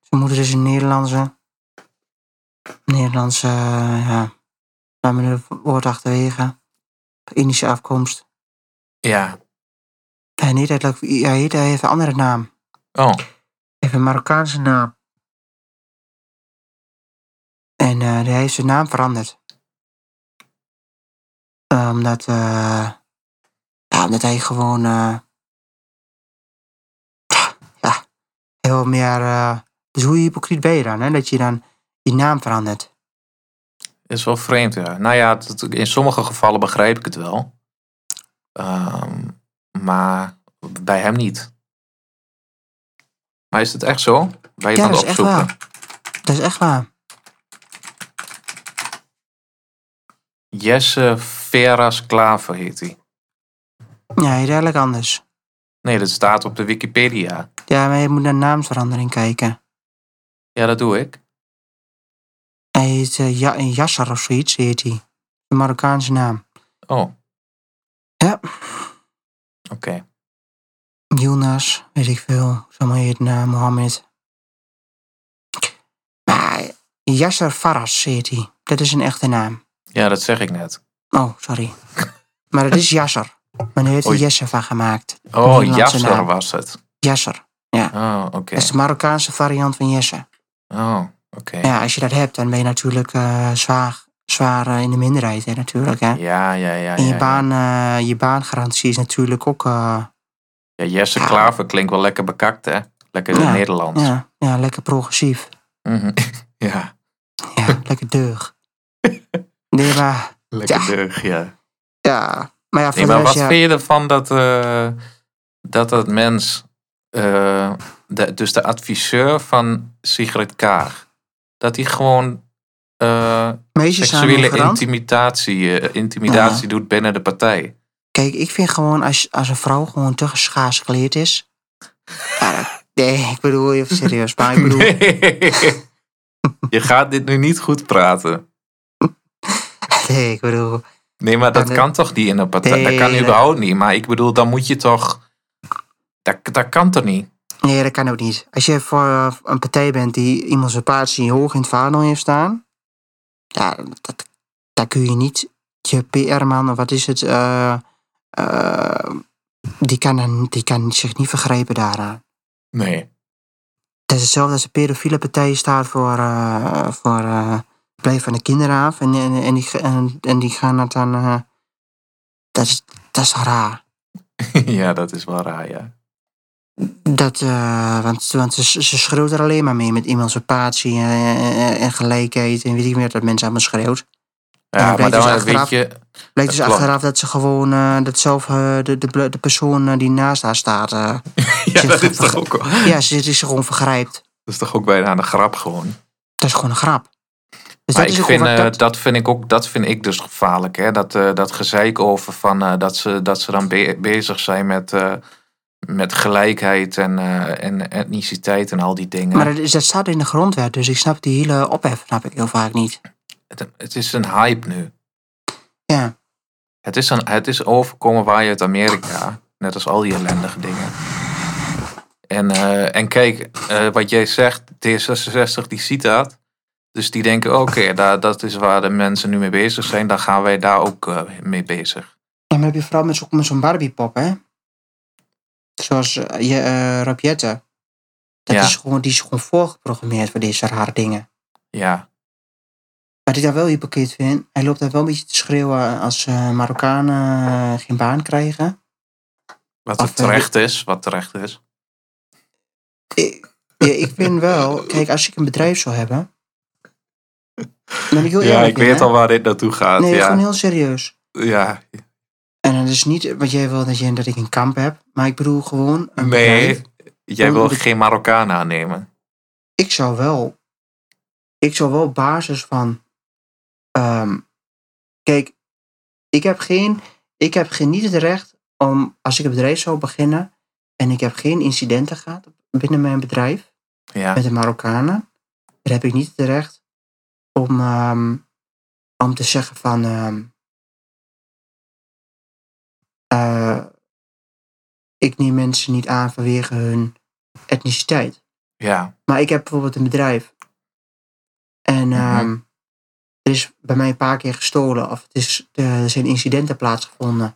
Speaker 2: Zijn moeder is een Nederlandse. Nederlandse, eh, ja. Laat me het woord achterwege. Indische afkomst.
Speaker 1: Ja.
Speaker 2: Hij, niet, eigenlijk- hij, heet- hij heeft een andere naam. Hij
Speaker 1: Oh,
Speaker 2: heeft een Marokkaanse naam. En eh, hij heeft zijn naam veranderd. Eh, omdat, eh, ja, omdat hij gewoon. eh, heel meer. eh, dus hoe hypocriet ben je dan, hè? Dat je dan je naam verandert.
Speaker 1: is wel vreemd, ja. Nou ja, dat- in sommige gevallen begrijp ik het wel. Ehm, maar bij hem niet. Maar is het echt zo? Ben je
Speaker 2: Ja,
Speaker 1: het aan het
Speaker 2: dat is echt
Speaker 1: opzoeken?
Speaker 2: waar. Dat is echt waar.
Speaker 1: Jesse Veras Klaver heet hij.
Speaker 2: Ja, hij is eigenlijk anders.
Speaker 1: Nee, dat staat op de Wikipedia.
Speaker 2: Ja, maar je moet naar naamsverandering kijken.
Speaker 1: Ja, dat doe ik.
Speaker 2: Hij heet eh, ja, Yasser of zoiets, heet hij. Een Marokkaanse naam.
Speaker 1: Oh.
Speaker 2: Ja.
Speaker 1: Oké.
Speaker 2: Jonas, weet ik veel. Zo maar heet naam, Mohammed. Maar Yasser Faras heet hij. Dat is een echte naam.
Speaker 1: Ja, dat zeg ik net.
Speaker 2: Oh, sorry. Maar het is Yasser. Maar nu heeft hij
Speaker 1: Oei.
Speaker 2: Jesse van gemaakt.
Speaker 1: Oh,
Speaker 2: Nederlandse
Speaker 1: Jasser
Speaker 2: naam.
Speaker 1: was het.
Speaker 2: Yasser.
Speaker 1: Oh, oké.
Speaker 2: Dat is de Marokkaanse variant van Jesse.
Speaker 1: Oh, oké.
Speaker 2: Ja, als je dat hebt, dan ben je natuurlijk eh, zwaar, zwaar eh, in de minderheid, hè, natuurlijk. Hè?
Speaker 1: Ja, ja, ja.
Speaker 2: En
Speaker 1: ja,
Speaker 2: je,
Speaker 1: ja.
Speaker 2: baan, eh, je baangarantie is natuurlijk ook eh,
Speaker 1: Ja, Jesse
Speaker 2: Ja.
Speaker 1: Klaver klinkt wel lekker bekakt, hè? Lekker
Speaker 2: Ah. Ja,
Speaker 1: Nederlands. Ja.
Speaker 2: ja, ja, lekker progressief.
Speaker 1: ja,
Speaker 2: Ja, lekker deug. Nee, maar
Speaker 1: lekker
Speaker 2: Ja.
Speaker 1: deug, ja.
Speaker 2: ja, maar ja, voor
Speaker 1: Nee,
Speaker 2: de
Speaker 1: maar
Speaker 2: rest,
Speaker 1: wat
Speaker 2: ja,
Speaker 1: vind je ervan dat eh, dat, dat mens, eh, de- dus de adviseur van Sigrid Kaag, dat hij gewoon eh, eh,
Speaker 2: Meisjes zijn
Speaker 1: seksuele
Speaker 2: ignorant.
Speaker 1: intimidatie, eh, intimidatie doet binnen de partij.
Speaker 2: Kijk, ik vind gewoon als, als een vrouw gewoon te schaars gekleed is. ja, dat- nee, ik bedoel even serieus. Maar ik bedoel,
Speaker 1: Nee. Je gaat dit nu niet goed praten.
Speaker 2: nee, ik bedoel.
Speaker 1: Nee, maar dat
Speaker 2: Ja, dat-
Speaker 1: kan toch niet in een partij?
Speaker 2: eh, Nee,
Speaker 1: dat kan
Speaker 2: dat-
Speaker 1: überhaupt niet. Maar ik bedoel, dan moet je toch... Dat, dat kan toch niet?
Speaker 2: Nee, dat kan ook niet. Als je voor eh, een partij bent die emancipatie hoog in het vaandel heeft staan. Ja, dat, daar kun je niet je PR-man of wat is het. eh, eh, die, kan, dan- die kan zich niet vergrijpen daaraan.
Speaker 1: Nee.
Speaker 2: Het is hetzelfde als de pedofiele partij staat voor, eh, voor eh, het blijven van de kinderen af. En, en, en, die, en, en die gaan dat dan... eh, dat, is, dat is raar.
Speaker 1: ja, dat is wel raar, ja.
Speaker 2: Dat, eh, want want ze, ze schreeuwt er alleen maar mee met emancipatie en, en, en gelijkheid. En weet ik meer dat mensen allemaal
Speaker 1: Ja,
Speaker 2: schreeuwt. dan
Speaker 1: maar
Speaker 2: blijkt
Speaker 1: dan
Speaker 2: dus
Speaker 1: weet
Speaker 2: achteraf-
Speaker 1: je...
Speaker 2: Blijkt
Speaker 1: Dat
Speaker 2: dus
Speaker 1: klopt.
Speaker 2: achteraf dat ze gewoon eh, dat zelf eh, de, de, de persoon eh, die naast haar staat... eh,
Speaker 1: Ja,
Speaker 2: Ze
Speaker 1: dat
Speaker 2: gaat
Speaker 1: is toch
Speaker 2: ver-
Speaker 1: ook... wel-
Speaker 2: ja, ze is gewoon vergrijpt.
Speaker 1: Dat is toch ook bijna een grap gewoon.
Speaker 2: Dat is gewoon een grap. Dus
Speaker 1: Maar
Speaker 2: dat
Speaker 1: ik
Speaker 2: is ook
Speaker 1: vind,
Speaker 2: wat-
Speaker 1: eh,
Speaker 2: dat-
Speaker 1: dat... vind ik ook, dat vind ik dus gevaarlijk. Hè? Dat, eh, dat gezeik over van, eh, dat, ze, dat ze dan be- bezig zijn met, eh, met gelijkheid en, eh, en etniciteit en al die dingen.
Speaker 2: Maar dat, is- dat staat in de grondwet, dus ik snap die hele ophef snap ik heel vaak niet.
Speaker 1: Het, het is een hype nu.
Speaker 2: Ja,
Speaker 1: Het is, een, het is overkomen waar je uit Amerika. Net als al die ellendige dingen. En, eh, en kijk, eh, wat jij zegt, D66 die ziet dat. Dus die denken, oké, daar- dat is waar de mensen nu mee bezig zijn. Dan gaan wij daar ook eh, mee bezig.
Speaker 2: en dan heb je vooral met, zo, met zo'n Barbiepop, hè? Zoals eh, je eh, Rabiette. Dat
Speaker 1: Ja.
Speaker 2: is gewoon, die is gewoon voorgeprogrammeerd voor deze rare dingen.
Speaker 1: Ja.
Speaker 2: Wat ik daar wel hypocriet vind, hij loopt daar wel een beetje te schreeuwen als eh, Marokkanen eh, geen baan krijgen.
Speaker 1: Wat er
Speaker 2: Af- eh,
Speaker 1: terecht is, wat terecht is.
Speaker 2: Ik, ja, ik vind wel, kijk, als ik een bedrijf zou hebben. Dan ben ik heel
Speaker 1: Ja,
Speaker 2: eerlijk
Speaker 1: ik
Speaker 2: in,
Speaker 1: weet
Speaker 2: hè?
Speaker 1: al waar dit naartoe gaat.
Speaker 2: Nee,
Speaker 1: ja.
Speaker 2: gewoon heel serieus.
Speaker 1: ja.
Speaker 2: En dat is niet wat jij wil dat, jij, dat ik een kamp heb. Maar ik bedoel gewoon een
Speaker 1: Nee,
Speaker 2: bedrijf.
Speaker 1: jij
Speaker 2: Een
Speaker 1: wil
Speaker 2: bedrijf.
Speaker 1: geen Marokkaan aannemen.
Speaker 2: Ik zou wel... Ik zou wel op basis van... ehm, kijk, ik heb geen... Ik heb geen, niet het recht om... Als ik een bedrijf zou beginnen... En ik heb geen incidenten gehad binnen mijn bedrijf...
Speaker 1: Ja.
Speaker 2: Met de Marokkanen... Dan heb ik niet het recht om... ehm, om te zeggen van... ehm, eh, ik neem mensen niet aan vanwege hun etniciteit.
Speaker 1: ja.
Speaker 2: Maar ik heb bijvoorbeeld een bedrijf. En
Speaker 1: Mhm.
Speaker 2: ehm, er is bij mij een paar keer gestolen. Of het is, eh, er zijn incidenten plaatsgevonden.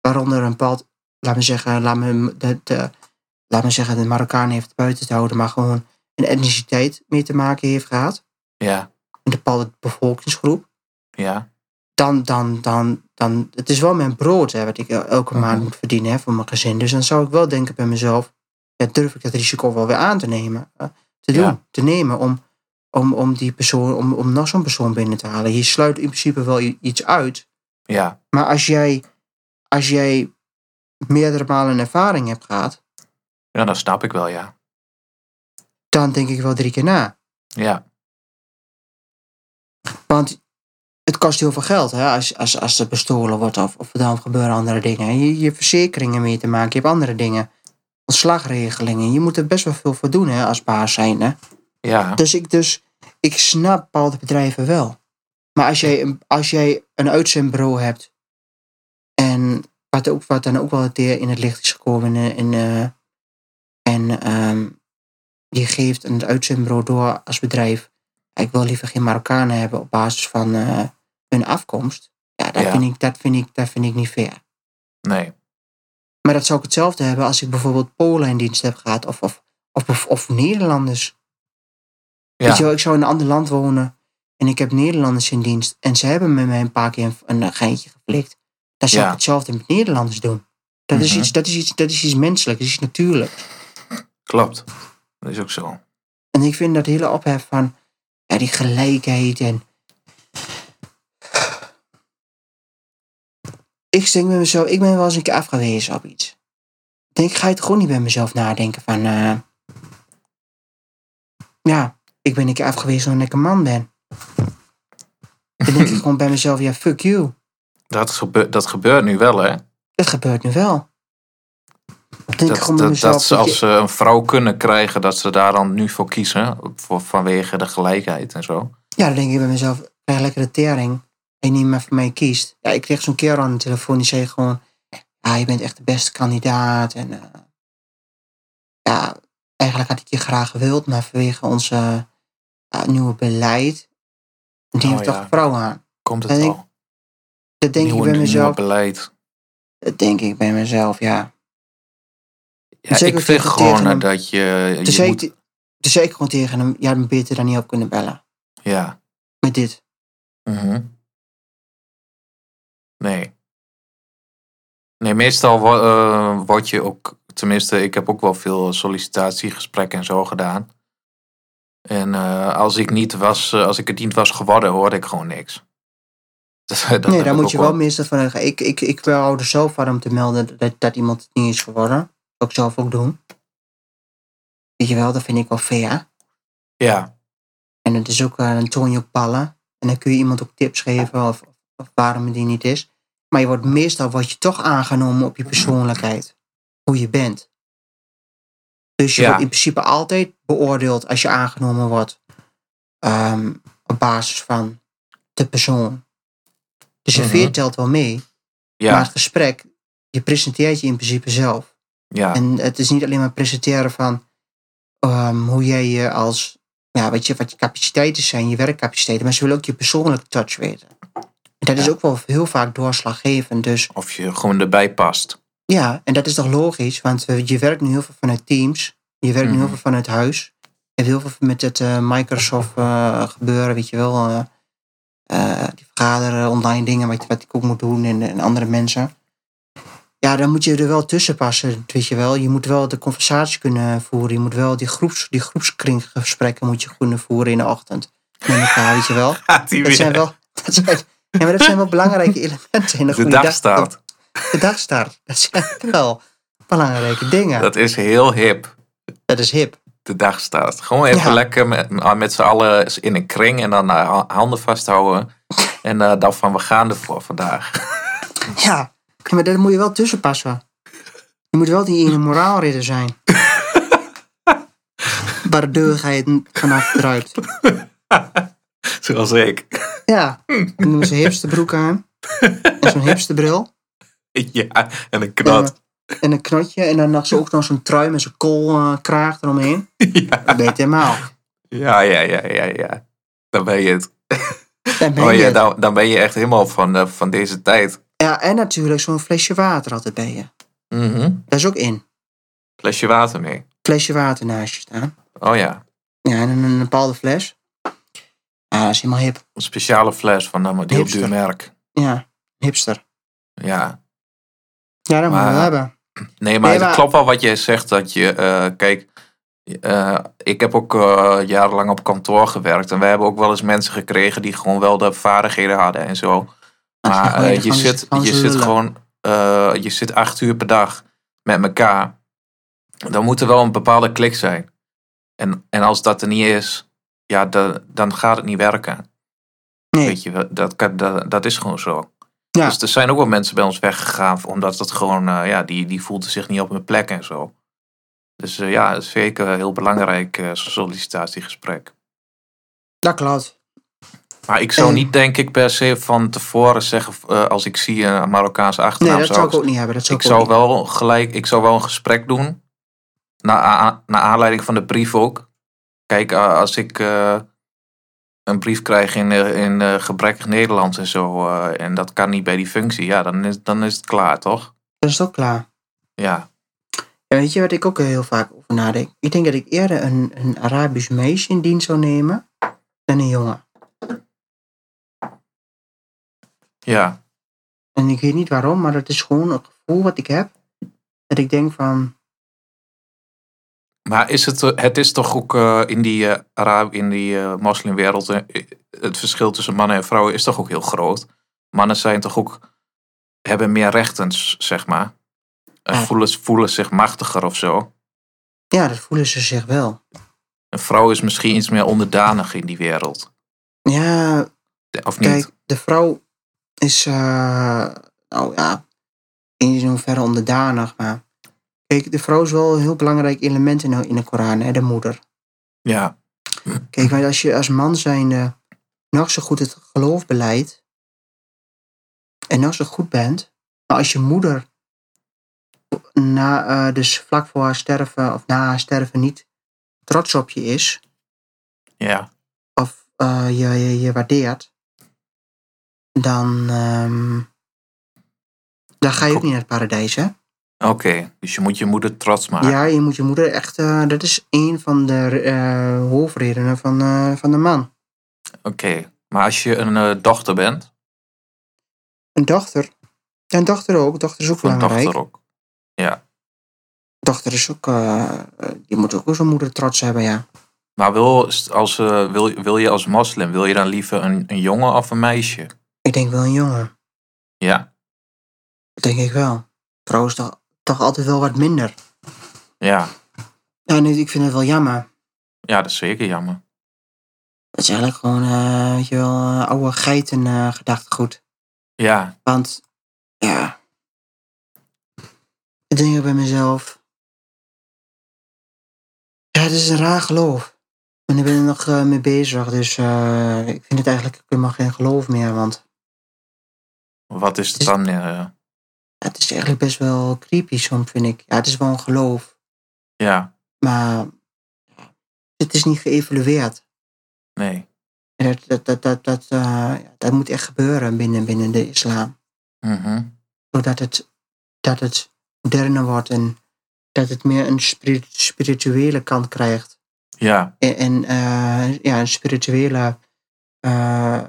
Speaker 2: Waaronder een pad. Laat me zeggen, laat me, de, de, laat me zeggen, de Marokkaan heeft het buiten te houden. Maar gewoon een etniciteit mee te maken heeft gehad.
Speaker 1: Ja.
Speaker 2: Een bepaalde bevolkingsgroep.
Speaker 1: Ja.
Speaker 2: Dan, dan, dan, dan. Het is wel mijn brood hè, wat ik el- elke
Speaker 1: Mhm.
Speaker 2: maand moet verdienen hè, voor mijn gezin. Dus dan zou ik wel denken bij mezelf. Ja, durf ik dat risico wel weer aan te nemen? eh, Te doen,
Speaker 1: Ja.
Speaker 2: te nemen om, om, om die persoon, om, om nog zo'n persoon binnen te halen. Je sluit in principe wel i- iets uit.
Speaker 1: Ja.
Speaker 2: Maar als jij, als jij meerdere malen een ervaring hebt gehad,
Speaker 1: Ja, dat snap ik wel, ja.
Speaker 2: dan denk ik wel drie keer na.
Speaker 1: Ja.
Speaker 2: Want het kost heel veel geld hè, als, als, als er bestolen wordt of, of dan gebeuren andere dingen. Je, je hebt verzekeringen mee te maken, je hebt andere dingen. Ontslagregelingen. Je moet er best wel veel voor doen hè, als baas zijn. Hè.
Speaker 1: Ja.
Speaker 2: Dus, ik, dus ik snap bepaalde bedrijven wel. Maar als jij, een- als jij een uitzendbureau hebt. En wat, ook, wat dan ook wel het in het licht is gekomen. En, en, eh, en ehm, je geeft een uitzendbureau door als bedrijf. Ik wil liever geen Marokkanen hebben op basis van eh, hun afkomst. Ja, dat,
Speaker 1: Ja.
Speaker 2: Vind ik, dat, vind ik, dat vind ik niet fair.
Speaker 1: Nee.
Speaker 2: Maar dat zou ik hetzelfde hebben als ik bijvoorbeeld Polen in dienst heb gehad. Of, of, of, of, of Nederlanders.
Speaker 1: Ja.
Speaker 2: Weet je wel, ik zou in een ander land wonen. En ik heb Nederlanders in dienst. En ze hebben met mij een paar keer een, een geintje geflikt. Dan zou
Speaker 1: Ja.
Speaker 2: ik hetzelfde met Nederlanders doen. Dat, is
Speaker 1: Mhm.
Speaker 2: iets, dat, is iets, dat is iets menselijks, dat is iets natuurlijks.
Speaker 1: Klopt. Dat is ook zo.
Speaker 2: En ik vind dat hele ophef van ja, die gelijkheid en... Ik denk bij mezelf, ik ben wel eens een keer afgewezen op iets. Ik denk, ga je het gewoon niet bij mezelf nadenken van... eh, ja, ik ben een keer afgewezen omdat ik een man ben. dan denk ik gewoon bij mezelf, ja, fuck you.
Speaker 1: Dat, gebe- dat gebeurt nu wel, hè?
Speaker 2: Dat gebeurt nu wel. Dan denk ik
Speaker 1: Dat,
Speaker 2: gewoon bij
Speaker 1: dat,
Speaker 2: mezelf,
Speaker 1: dat ze
Speaker 2: weet je-
Speaker 1: als ze een vrouw kunnen krijgen, dat ze daar dan nu voor kiezen. Voor, vanwege de gelijkheid en zo.
Speaker 2: Ja, dan denk ik bij mezelf, ik krijg lekker de tering. En niet meer voor mij kiest. Ja, ik kreeg zo'n keer aan de telefoon die zei gewoon, ja, je bent echt de beste kandidaat. En eh, ja, eigenlijk had ik je graag gewild, maar vanwege onze eh, nieuwe beleid, die
Speaker 1: Oh,
Speaker 2: heeft toch
Speaker 1: ja.
Speaker 2: vrouwen aan.
Speaker 1: Komt het
Speaker 2: En ik
Speaker 1: al?
Speaker 2: Dat denk
Speaker 1: Nieuwe-
Speaker 2: ik bij
Speaker 1: nieuw
Speaker 2: mezelf.
Speaker 1: beleid.
Speaker 2: Dat denk ik bij mezelf, ja.
Speaker 1: Ja,
Speaker 2: Zeker
Speaker 1: ik vind
Speaker 2: tegen-
Speaker 1: gewoon
Speaker 2: tegen
Speaker 1: eh,
Speaker 2: hem.
Speaker 1: dat je...
Speaker 2: Toen
Speaker 1: je
Speaker 2: zei,
Speaker 1: moet,
Speaker 2: ik, toen zei ik gewoon tegen hem, jij had me beter dan niet op kunnen bellen.
Speaker 1: ja.
Speaker 2: Met dit.
Speaker 1: mhm. Nee. Nee, meestal wo- eh, word je ook... Tenminste, ik heb ook wel veel sollicitatiegesprekken en zo gedaan. En eh, als, ik niet was, eh, als ik het niet was geworden, hoorde ik gewoon niks. Dat- dat
Speaker 2: nee,
Speaker 1: heb ik
Speaker 2: daar moet
Speaker 1: ook
Speaker 2: je
Speaker 1: wel-
Speaker 2: wel meestal van uitgaan. Ik, ik, ik hou er zelf van om te melden dat, dat iemand het niet is geworden. Dat zou ik zelf ook doen. Weet je wel, dat vind ik wel fair.
Speaker 1: Ja,
Speaker 2: En het is ook eh, een toon je op ballen. En dan kun je iemand ook tips geven of, of waarom die niet is. Maar je wordt meestal word je toch aangenomen op je persoonlijkheid. Hoe je bent. Dus je
Speaker 1: Ja.
Speaker 2: wordt in principe altijd beoordeeld als je aangenomen wordt. ehm, op basis van de persoon. Dus je
Speaker 1: Mhm.
Speaker 2: veer telt wel mee.
Speaker 1: ja,
Speaker 2: Maar het gesprek, je presenteert je in principe zelf.
Speaker 1: ja.
Speaker 2: En het is niet alleen maar presenteren van ehm, hoe jij je als, ja, wat, je, wat je capaciteiten zijn, je werkcapaciteiten, maar ze willen ook je persoonlijke touch weten. En dat is
Speaker 1: Ja.
Speaker 2: ook wel heel vaak doorslaggevend. Dus
Speaker 1: Of je gewoon erbij past.
Speaker 2: ja, en dat is toch logisch, want eh, je werkt nu heel veel vanuit teams, je werkt nu heel
Speaker 1: Mhm.
Speaker 2: veel vanuit huis. Je hebt heel veel met het eh, Microsoft eh, gebeuren, weet je wel. eh, eh, die vergaderen, online dingen, wat, wat ik ook moet doen en, en andere mensen. Ja, dan moet je er wel tussen passen, weet je wel. Je moet wel de conversatie kunnen voeren. Je moet wel die, groeps, die groepskringgesprekken moet je kunnen voeren in de ochtend. Met elkaar, weet je wel.
Speaker 1: Gaat die
Speaker 2: Dat zijn wel, dat zijn, ja, maar dat zijn wel belangrijke elementen in een
Speaker 1: De
Speaker 2: goede
Speaker 1: dag staat.
Speaker 2: de dagstart. Dat zijn wel belangrijke dingen. Dat,
Speaker 1: Dat is heel hip.
Speaker 2: is hip.
Speaker 1: De dag staat. Gewoon even
Speaker 2: Ja.
Speaker 1: lekker met, ah, met z'n allen in een kring en dan eh, handen vasthouden. En eh, dan van we gaan ervoor vandaag.
Speaker 2: Ja, maar daar moet je wel tussen passen. Je moet wel die ene moraalridder zijn. Bardeurigheid vanaf eruit.
Speaker 1: Zoals ik.
Speaker 2: Ja, dan doen ze hipsterbroek aan. En zo'n hipsterbril.
Speaker 1: Ja, en een
Speaker 2: En,
Speaker 1: knot.
Speaker 2: en een knotje. En dan had ze ook nog zo'n trui met zo'n koolkraag eromheen.
Speaker 1: Ja,
Speaker 2: Dat ben je het helemaal.
Speaker 1: ja, ja, ja, ja. ja. Dan ben je het.
Speaker 2: Dan ben
Speaker 1: Oh,
Speaker 2: je
Speaker 1: ja,
Speaker 2: het.
Speaker 1: dan, dan ben je echt helemaal van, eh, van deze tijd.
Speaker 2: Ja, en natuurlijk zo'n flesje water altijd bij je.
Speaker 1: Mhm.
Speaker 2: Daar is ook in.
Speaker 1: Flesje water mee.
Speaker 2: Flesje water naast je staan.
Speaker 1: Oh ja,
Speaker 2: Ja, en een, een bepaalde fles. Ah, dat is helemaal hip.
Speaker 1: een speciale fles van eh, een heel duur
Speaker 2: Hipster.
Speaker 1: merk.
Speaker 2: Ja, hipster.
Speaker 1: Ja,
Speaker 2: Ja, dat moet je
Speaker 1: Maar-
Speaker 2: wel hebben.
Speaker 1: Nee, maar
Speaker 2: Nee,
Speaker 1: het
Speaker 2: maar-
Speaker 1: klopt wel wat jij zegt. Dat je, eh, kijk, eh, ik heb ook eh, jarenlang op kantoor gewerkt. En wij hebben ook wel eens mensen gekregen die gewoon wel de vaardigheden hadden en zo.
Speaker 2: Als
Speaker 1: Maar
Speaker 2: gewoon
Speaker 1: eh,
Speaker 2: de
Speaker 1: je,
Speaker 2: ganse-
Speaker 1: zit,
Speaker 2: ganse
Speaker 1: je zit
Speaker 2: lullen.
Speaker 1: gewoon, eh, je zit acht uur per dag met elkaar. Dan moet er wel een bepaalde klik zijn. En, en als dat er niet is, ja, dan- dan gaat het niet werken.
Speaker 2: Nee,
Speaker 1: Weet je, wel, dat, kan- dat, dat is gewoon zo.
Speaker 2: Ja.
Speaker 1: Dus er zijn ook wel mensen bij ons weggegaan, omdat dat gewoon, eh, ja, die, die voelden zich niet op hun plek en zo. Dus eh, ja, dat is zeker een heel belangrijk eh, sollicitatiegesprek.
Speaker 2: dat klopt.
Speaker 1: Maar ik zou
Speaker 2: En-
Speaker 1: niet, denk ik, per se van tevoren zeggen, eh, als ik zie een Marokkaanse
Speaker 2: Nee,
Speaker 1: achternaam.
Speaker 2: dat zou ik ook niet hebben. Dat zou
Speaker 1: ik
Speaker 2: ik ook
Speaker 1: zou
Speaker 2: niet.
Speaker 1: wel gelijk, ik zou wel een gesprek doen. Naar, a- naar aanleiding van de brief ook. Kijk, eh, als ik eh, een brief krijg in, eh, in eh, gebrekkig Nederlands en zo, eh, en dat kan niet bij die functie, ja, dan is, dan is het klaar, toch?
Speaker 2: Dat is ook klaar.
Speaker 1: Ja.
Speaker 2: En weet je wat ik ook heel vaak over nadenk? Ik denk dat ik eerder een, een Arabisch meisje in dienst zou nemen dan een jongen.
Speaker 1: Ja.
Speaker 2: En ik weet niet waarom, maar dat is gewoon een gevoel wat ik heb. Dat ik denk van,
Speaker 1: Maar is het, eh, het is toch ook eh, in die, eh, Arab, in die eh, moslimwereld, eh, het verschil tussen mannen en vrouwen is toch ook heel groot? Mannen zijn toch ook, hebben meer rechten, s- zeg maar. En
Speaker 2: Ja.
Speaker 1: voelen, voelen zich machtiger of zo.
Speaker 2: ja, dat voelen ze zich wel.
Speaker 1: Een vrouw is misschien iets meer onderdanig in die wereld.
Speaker 2: Ja,
Speaker 1: Of niet?
Speaker 2: Kijk, de vrouw is, eh, nou ja, in zoverre onderdanig. Maar kijk, de vrouw is wel een heel belangrijk element in, in de Koran, hè, de moeder.
Speaker 1: ja.
Speaker 2: Kijk, want als je als man zijnde nog zo goed het geloof beleidt en nog zo goed bent, maar als je moeder na, eh, dus vlak voor haar sterven of na haar sterven niet trots op je is
Speaker 1: ja.
Speaker 2: of eh, je, je, je waardeert, dan, ehm, dan ga je ook
Speaker 1: Klopt.
Speaker 2: niet naar het paradijs, hè?
Speaker 1: Oké, dus je moet je moeder trots maken.
Speaker 2: Ja, je moet je moeder echt, eh, dat is één van de eh, hoofdredenen van, eh, van de man.
Speaker 1: Oké, maar als je een eh, dochter bent,
Speaker 2: Een dochter. Ja, een dochter ook. Dochter is ook
Speaker 1: of een
Speaker 2: belangrijk.
Speaker 1: dochter
Speaker 2: Dochter,
Speaker 1: ook. Ja.
Speaker 2: is ook... eh, eh, die moet ook wel zijn moeder trots hebben, ja.
Speaker 1: Maar wil, als, eh, wil, wil je als moslim, wil je dan liever een, een jongen of een meisje?
Speaker 2: Ik denk wel een jongen.
Speaker 1: Ja,
Speaker 2: Dat denk ik wel. Vrouw is toch, toch altijd wel wat minder.
Speaker 1: ja.
Speaker 2: Ja, nee, ik vind het wel jammer.
Speaker 1: Ja, dat is zeker jammer.
Speaker 2: Dat is eigenlijk gewoon, eh, weet je wel, eh, oude geiten eh, gedachtegoed.
Speaker 1: Ja,
Speaker 2: Want, ja... Ik denk ook bij mezelf... Ja, het is een raar geloof. En ik ben er nog eh, mee bezig, dus eh, ik vind het eigenlijk helemaal geen geloof meer, want...
Speaker 1: wat is het dan? eh,
Speaker 2: Ja, Het is eigenlijk best wel creepy soms, vind ik. Ja, het is wel een geloof,
Speaker 1: ja,
Speaker 2: maar het is niet geëvalueerd.
Speaker 1: nee.
Speaker 2: En Dat, dat, dat, dat, dat, eh, dat moet echt gebeuren binnen, binnen de islam.
Speaker 1: Mhm.
Speaker 2: Zodat het, dat het moderner wordt en dat het meer een spiri- spirituele kant krijgt.
Speaker 1: Ja,
Speaker 2: En, en, eh, ja, een spirituele... eh,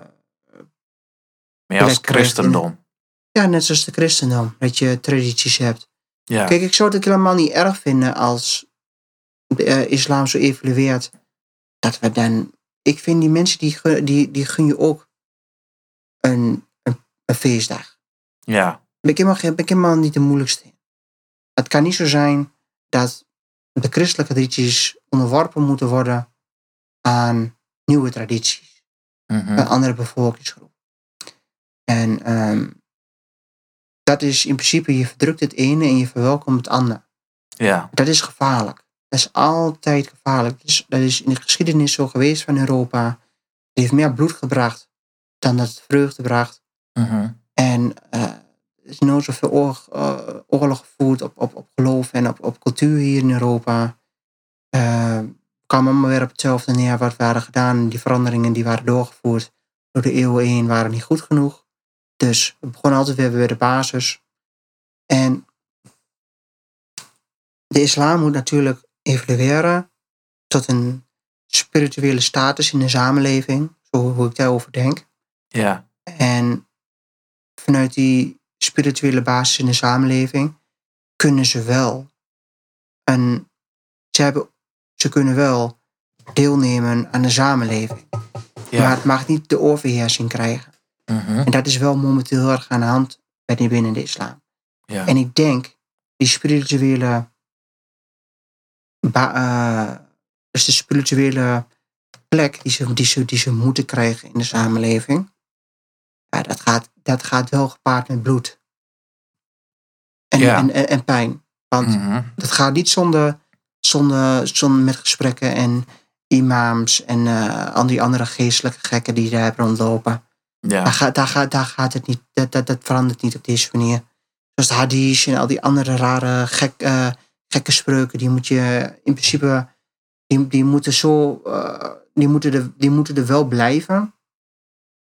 Speaker 1: meer als
Speaker 2: Plek krijgt
Speaker 1: christendom.
Speaker 2: ja, net zoals de christendom, dat je tradities hebt.
Speaker 1: Ja,
Speaker 2: Kijk, ik zou het ook helemaal niet erg vinden als de eh, islam zo evolueert. Dat we dan. Ik vind die mensen die, gun- die, die gun je ook een, een, een feestdag.
Speaker 1: ja,
Speaker 2: Ben ik, helemaal, geen- ben ik helemaal niet de moeilijkste in. Het kan niet zo zijn dat de christelijke tradities onderworpen moeten worden aan nieuwe tradities
Speaker 1: mhm.
Speaker 2: een andere bevolkingsgroep. En ehm, dat is in principe, je verdrukt het ene en je verwelkomt het ander.
Speaker 1: ja,
Speaker 2: Dat is gevaarlijk. Dat is altijd gevaarlijk. Dat is, dat is in de geschiedenis zo geweest van Europa. Het heeft meer bloed gebracht dan dat het vreugde bracht.
Speaker 1: mhm.
Speaker 2: En eh, er is nooit zoveel oorlog, eh, oorlog gevoerd op, op, op geloof en op, op cultuur hier in Europa. Eh, Het kwam allemaal weer op hetzelfde neer wat we hadden gedaan. Die veranderingen die waren doorgevoerd door de eeuwen heen waren niet goed genoeg. Dus we begonnen altijd weer bij de basis. En de islam moet natuurlijk evolueren tot een spirituele status in de samenleving, zo hoe ik daarover denk.
Speaker 1: ja,
Speaker 2: En vanuit die spirituele basis in de samenleving kunnen ze wel. En ze, hebben, ze kunnen wel deelnemen aan de samenleving. Maar
Speaker 1: ja.
Speaker 2: het mag niet de overheersing krijgen.
Speaker 1: mhm.
Speaker 2: En dat is wel momenteel heel erg aan de hand bij die binnen de islam.
Speaker 1: Ja.
Speaker 2: En ik denk die spirituele. ba- eh, dus de spirituele plek die ze, die, ze, die ze moeten krijgen in de samenleving. Ja, dat gaat, dat gaat wel gepaard met bloed. En,
Speaker 1: Ja.
Speaker 2: en, en, en pijn. Want
Speaker 1: Mhm.
Speaker 2: dat gaat niet zonder, zonder, zonder met gesprekken en imams en eh, al die andere geestelijke gekken die daar hebben rondlopen. Daar,
Speaker 1: Ja,
Speaker 2: gaat, daar, gaat, daar gaat het niet. Dat, dat, dat verandert niet op deze manier. Zoals de hadith en al die andere rare gek, eh, gekke spreuken. Die moet je in principe... Die, die moeten zo... eh, die, moeten er, die moeten er wel blijven.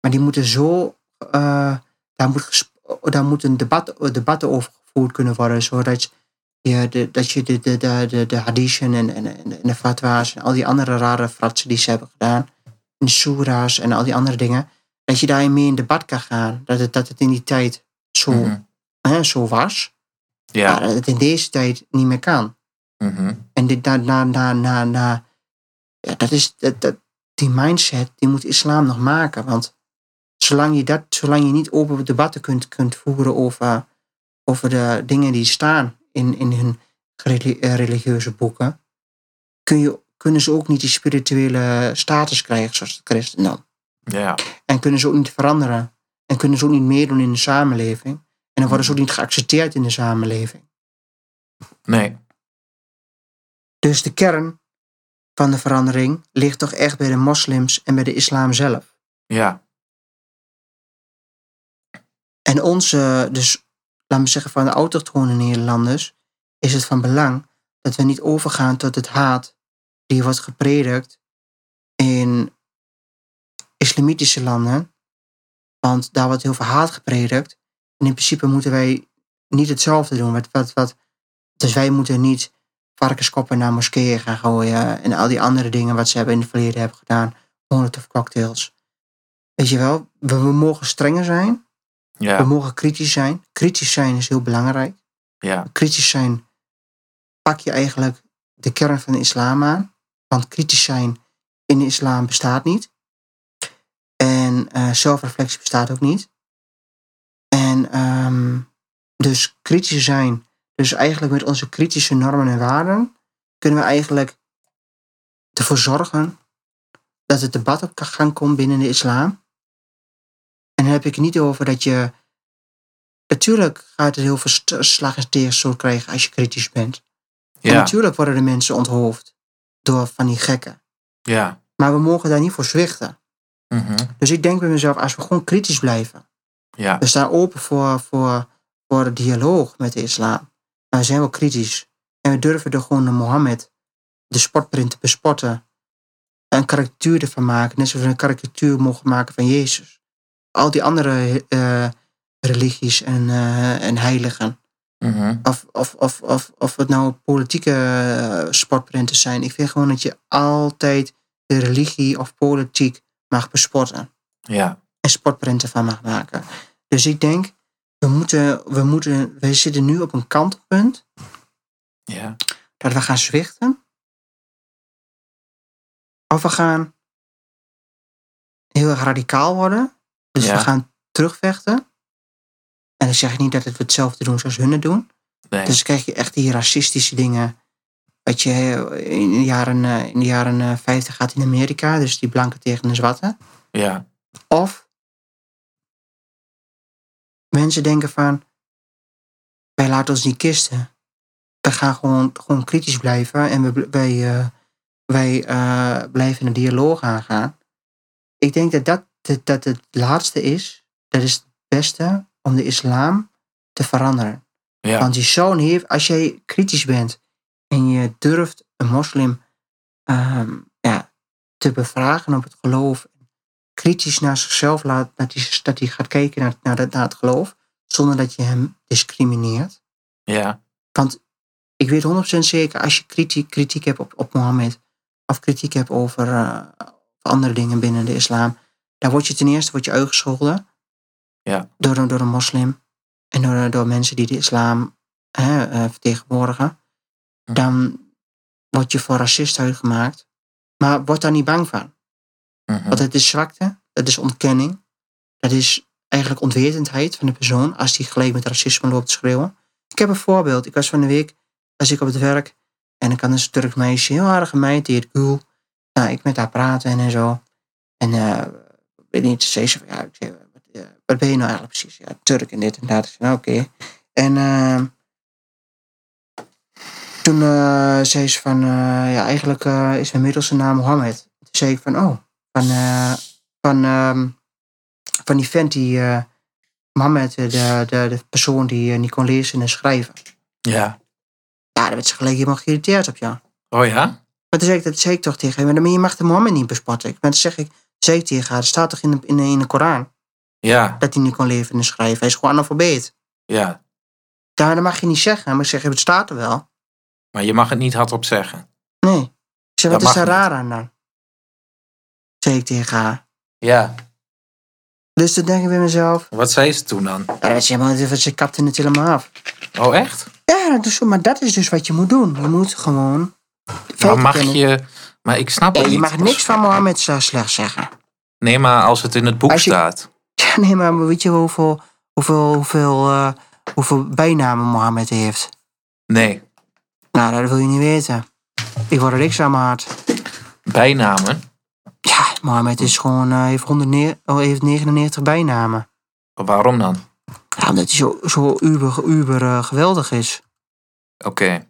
Speaker 2: Maar die moeten zo... eh, daar, moet ges- daar moet een debat, debatten over gevoerd kunnen worden. Zodat je de, dat je de, de, de, de, de hadithen en, en, en de fatwa's... En al die andere rare fratsen die ze hebben gedaan. En de soera's en al die andere dingen dat je daarin meer in debat kan gaan. Dat het, dat het in die tijd zo,
Speaker 1: mhm.
Speaker 2: hè, zo was, maar
Speaker 1: ja,
Speaker 2: dat het in deze tijd niet meer kan.
Speaker 1: mhm.
Speaker 2: En dit, na, na, na, na, na, ja, dat is, dat, dat, die mindset, die moet islam nog maken. Want zolang je, dat, zolang je niet open debatten kunt, kunt voeren over, over de dingen die staan in, in hun gereli- eh, religieuze boeken, kun je, kunnen ze ook niet die spirituele status krijgen zoals het christendom.
Speaker 1: ja,
Speaker 2: En kunnen ze ook niet veranderen. En kunnen ze ook niet meedoen in de samenleving. En dan worden ze ook niet geaccepteerd in de samenleving.
Speaker 1: Nee.
Speaker 2: Dus de kern van de verandering ligt toch echt bij de moslims en bij de islam zelf.
Speaker 1: Ja.
Speaker 2: En onze, dus laten we zeggen van de autochtone Nederlanders, is het van belang dat we niet overgaan tot het haat die wordt gepredikt in islamitische landen. Want daar wordt heel veel haat gepredikt. En in principe moeten wij niet hetzelfde doen. Wat, wat, wat, dus wij moeten niet varkenskoppen naar moskeeën gaan gooien. En al die andere dingen wat ze hebben in het verleden hebben gedaan. Molotov cocktails. Weet je wel, we, we mogen strenger zijn. We
Speaker 1: Ja.
Speaker 2: mogen kritisch zijn. Kritisch zijn is heel belangrijk.
Speaker 1: Ja.
Speaker 2: Kritisch zijn pak je eigenlijk de kern van de islam aan. Want kritisch zijn in de islam bestaat niet. En eh, zelfreflectie bestaat ook niet. En ehm, dus kritisch zijn, dus eigenlijk met onze kritische normen en waarden, kunnen we eigenlijk ervoor zorgen dat het debat op gang komt binnen de islam. En dan heb ik het niet over dat je. Natuurlijk gaat het heel veel st- slag en tegenstoot krijgen als je kritisch bent. En
Speaker 1: Ja.
Speaker 2: natuurlijk worden de mensen onthoofd door van die gekken.
Speaker 1: Ja.
Speaker 2: Maar we mogen daar niet voor zwichten.
Speaker 1: Mhm.
Speaker 2: Dus ik denk bij mezelf, als we gewoon kritisch blijven.
Speaker 1: Ja.
Speaker 2: We staan open voor, voor, voor de dialoog met de islam. Maar we zijn wel kritisch. En we durven er gewoon de Mohammed, de sportprint te bespotten. Een karikatuur ervan maken. Net zoals we een karikatuur mogen maken van Jezus. Al die andere eh, religies en, eh, en heiligen.
Speaker 1: Mhm.
Speaker 2: Of, of, of, of, of het nou politieke eh, sportprenten zijn. Ik vind gewoon dat je altijd de religie of politiek mag bespotten.
Speaker 1: Ja.
Speaker 2: En sportprenten van mag maken. Dus ik denk, we, moeten, we, moeten, we zitten nu op een kantelpunt
Speaker 1: Ja.
Speaker 2: dat we gaan zwichten. Of we gaan heel erg radicaal worden. Dus
Speaker 1: Ja.
Speaker 2: we gaan terugvechten. En dan zeg ik niet dat we hetzelfde doen zoals hun het doen.
Speaker 1: Nee.
Speaker 2: Dus dan krijg je echt die racistische dingen. Wat je in de jaren, eh, in de jaren eh, 50 gaat in Amerika. Dus die blanken tegen de zwarte.
Speaker 1: Ja.
Speaker 2: Of mensen denken van... Wij laten ons niet kisten. We gaan gewoon, gewoon kritisch blijven. En we, bl- wij, eh, wij eh, blijven een dialoog aangaan. Ik denk dat dat, dat dat het laatste is. Dat is het beste om de islam te veranderen.
Speaker 1: Ja.
Speaker 2: Want die zoon heeft, als jij kritisch bent en je durft een moslim ehm, ja, te bevragen op het geloof, kritisch naar zichzelf laat, dat hij, dat hij gaat kijken naar, naar, dat- naar het geloof, zonder dat je hem discrimineert.
Speaker 1: Ja.
Speaker 2: Ik weet 100% zeker, als je kritiek, kritiek hebt op, op Mohammed, of kritiek hebt over eh, andere dingen binnen de islam, dan word je ten eerste word je uitgescholden
Speaker 1: Ja.
Speaker 2: door, een- door een moslim en door, eh, door mensen die de islam hè, eh, vertegenwoordigen.
Speaker 1: Hm.
Speaker 2: Dan word je voor racist uitgemaakt. Maar word daar niet bang van.
Speaker 1: Mhm.
Speaker 2: Want het is zwakte, dat is ontkenning. Dat is eigenlijk ontwetendheid van de persoon als die gelijk met racisme loopt te schreeuwen. Ik heb een voorbeeld. Ik was van de week, was ik op het werk en ik had een Turks meisje, heel aardige meid, die heet Gul. Nou, ik met haar praten en zo. En eh, ik weet niet, ze zei ze van, ja, ik zei, wat, eh, wat ben je nou eigenlijk precies? Ja, Turk en dit en dat. Ik zei, nou, oké. En ehm, toen eh, zei ze van, eh, ja, eigenlijk eh, is mijn middelste naam Mohammed. Toen zei ik van, oh, van, eh, van, ehm, van die vent die eh Mohammed, eh, de, de, de persoon die eh, niet kon lezen en schrijven.
Speaker 1: Ja.
Speaker 2: Ja, daar werd ze gelijk helemaal geïrriteerd op, ja.
Speaker 1: Oh ja?
Speaker 2: Maar toen zei ik, dat zei ik toch tegen hem. Maar je mag de Mohammed niet bespotten. Maar toen zeg ik, zei ik tegen haar, het staat toch in de, in, de, in de Koran
Speaker 1: Ja.
Speaker 2: dat hij niet kon leven en schrijven. Hij is gewoon analfabeet.
Speaker 1: Ja.
Speaker 2: Daar, dat mag je niet zeggen. Maar ik zeg, het staat er wel.
Speaker 1: Maar je mag het niet hardop zeggen.
Speaker 2: Nee. Ik zeg,
Speaker 1: Dat
Speaker 2: wat is
Speaker 1: mag
Speaker 2: daar raar aan dan? Zei ik tegen haar.
Speaker 1: Ja.
Speaker 2: Dus toen denk ik bij mezelf,
Speaker 1: Wat zei ze toen dan?
Speaker 2: ja, dat is helemaal, ze kapte het helemaal af.
Speaker 1: Oh echt?
Speaker 2: Ja, dat is, maar dat is dus wat je moet doen. Je moet gewoon.
Speaker 1: Maar
Speaker 2: feiten
Speaker 1: mag
Speaker 2: kennen.
Speaker 1: je... Maar ik snap
Speaker 2: Ja,
Speaker 1: het niet.
Speaker 2: je mag niks van Mohammed zo slecht zeggen.
Speaker 1: Nee, maar als het in het boek
Speaker 2: Als je-
Speaker 1: staat.
Speaker 2: Ja, nee, maar weet je hoeveel, hoeveel, hoeveel, eh, hoeveel bijnamen Mohammed heeft?
Speaker 1: Nee.
Speaker 2: Nou, dat wil je niet weten. Ik word er niks aan mijn hart.
Speaker 1: Bijnamen.
Speaker 2: Ja, Mohammed is gewoon, eh, heeft, 100 ne- oh, heeft 99 bijnamen.
Speaker 1: Waarom dan?
Speaker 2: Ja, omdat hij zo, zo uber, uber eh, geweldig is.
Speaker 1: Oké,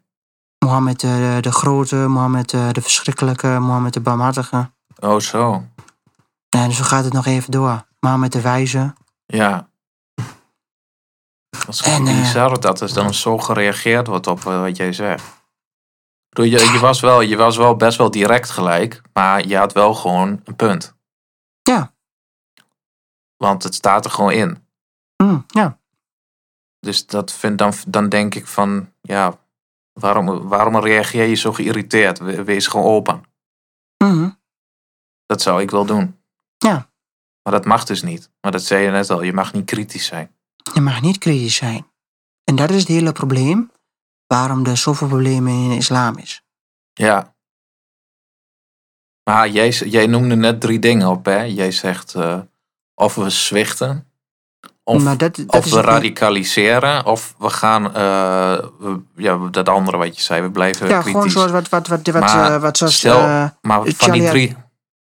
Speaker 2: Mohammed eh, de Grote, Mohammed eh, de Verschrikkelijke, Mohammed de Barmhartige. Nou,
Speaker 1: oh zo.
Speaker 2: En zo gaat het nog even door. Mohammed de Wijze.
Speaker 1: Ja. Dat is gewoon
Speaker 2: En, eh,
Speaker 1: bizar dat er dan zo gereageerd wordt op eh, wat jij zegt. Ik bedoel, Je, je, was wel, je was wel best wel direct gelijk, maar je had wel gewoon een punt.
Speaker 2: Ja.
Speaker 1: Want het staat er gewoon in.
Speaker 2: Hm, ja.
Speaker 1: Dus dat vind, dan, dan denk ik van, ja, waarom, waarom reageer je zo geïrriteerd? We- Wees gewoon open.
Speaker 2: Mhm.
Speaker 1: Dat zou ik wel doen.
Speaker 2: Ja.
Speaker 1: Maar dat mag dus niet. Maar dat zei je net al, je mag niet kritisch zijn.
Speaker 2: Je mag niet kritisch zijn. En dat is het hele probleem waarom er zoveel problemen in de islam is.
Speaker 1: Ja. Maar jij, z- jij noemde net drie dingen op, hè? Jij zegt eh, of we zwichten, of,
Speaker 2: maar dat, dat
Speaker 1: of
Speaker 2: is
Speaker 1: we
Speaker 2: het-
Speaker 1: radicaliseren, of we gaan, eh, we- ja, dat andere wat je zei, we blijven
Speaker 2: Ja, gewoon
Speaker 1: kritisch.
Speaker 2: zoals wat, wat, wat, wat,
Speaker 1: Maar
Speaker 2: eh, wat zoals
Speaker 1: stel-
Speaker 2: eh,
Speaker 1: Maar van die
Speaker 2: Charlie-
Speaker 1: drie,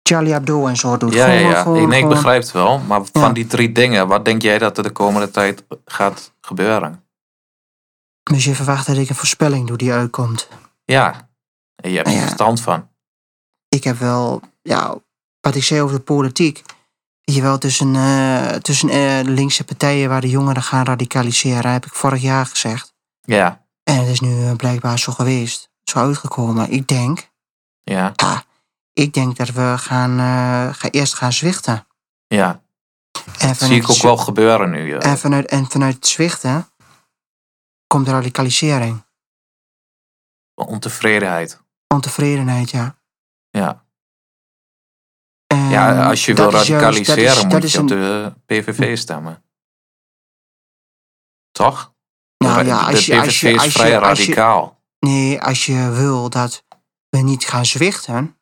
Speaker 2: Charlie Hebdo en zo doet.
Speaker 1: Ja, ja,
Speaker 2: Gewoon-
Speaker 1: ja.
Speaker 2: gewoon-
Speaker 1: Ik- nee, ik
Speaker 2: gewoon-
Speaker 1: begrijp het wel. Maar van
Speaker 2: Ja.
Speaker 1: die drie dingen, wat denk jij dat er de komende tijd gaat gebeuren?
Speaker 2: Dus je verwacht dat ik een voorspelling doe die uitkomt.
Speaker 1: Ja, en je hebt er
Speaker 2: Ja.
Speaker 1: verstand van.
Speaker 2: ik heb wel, ja, wat ik zei over de politiek. Weet je wel, tussen, eh, tussen eh, linkse partijen waar de jongeren gaan radicaliseren, heb ik vorig jaar gezegd.
Speaker 1: Ja,
Speaker 2: En het is nu eh, blijkbaar zo geweest, zo uitgekomen. Ik denk,
Speaker 1: ja,
Speaker 2: ik denk dat we gaan, eh, ga eerst gaan zwichten.
Speaker 1: ja.
Speaker 2: En
Speaker 1: Dat zie ik ook
Speaker 2: zwi-
Speaker 1: wel eh, gebeuren nu. ja.
Speaker 2: En vanuit, en vanuit het zwichten komt de radicalisering.
Speaker 1: Ontevredenheid.
Speaker 2: Ontevredenheid, ja.
Speaker 1: Ja.
Speaker 2: En
Speaker 1: ja, als je wil
Speaker 2: Mm, dat is juist- dat is-
Speaker 1: radicaliseren, moet
Speaker 2: dat is
Speaker 1: je op
Speaker 2: een- Mm.
Speaker 1: de eh, PVV stemmen. Toch?
Speaker 2: Nou
Speaker 1: de,
Speaker 2: ja,
Speaker 1: de
Speaker 2: als je-
Speaker 1: PVV
Speaker 2: als je-
Speaker 1: is
Speaker 2: als je-
Speaker 1: vrij
Speaker 2: als je-
Speaker 1: radicaal.
Speaker 2: Nee, als je wil dat we niet gaan zwichten,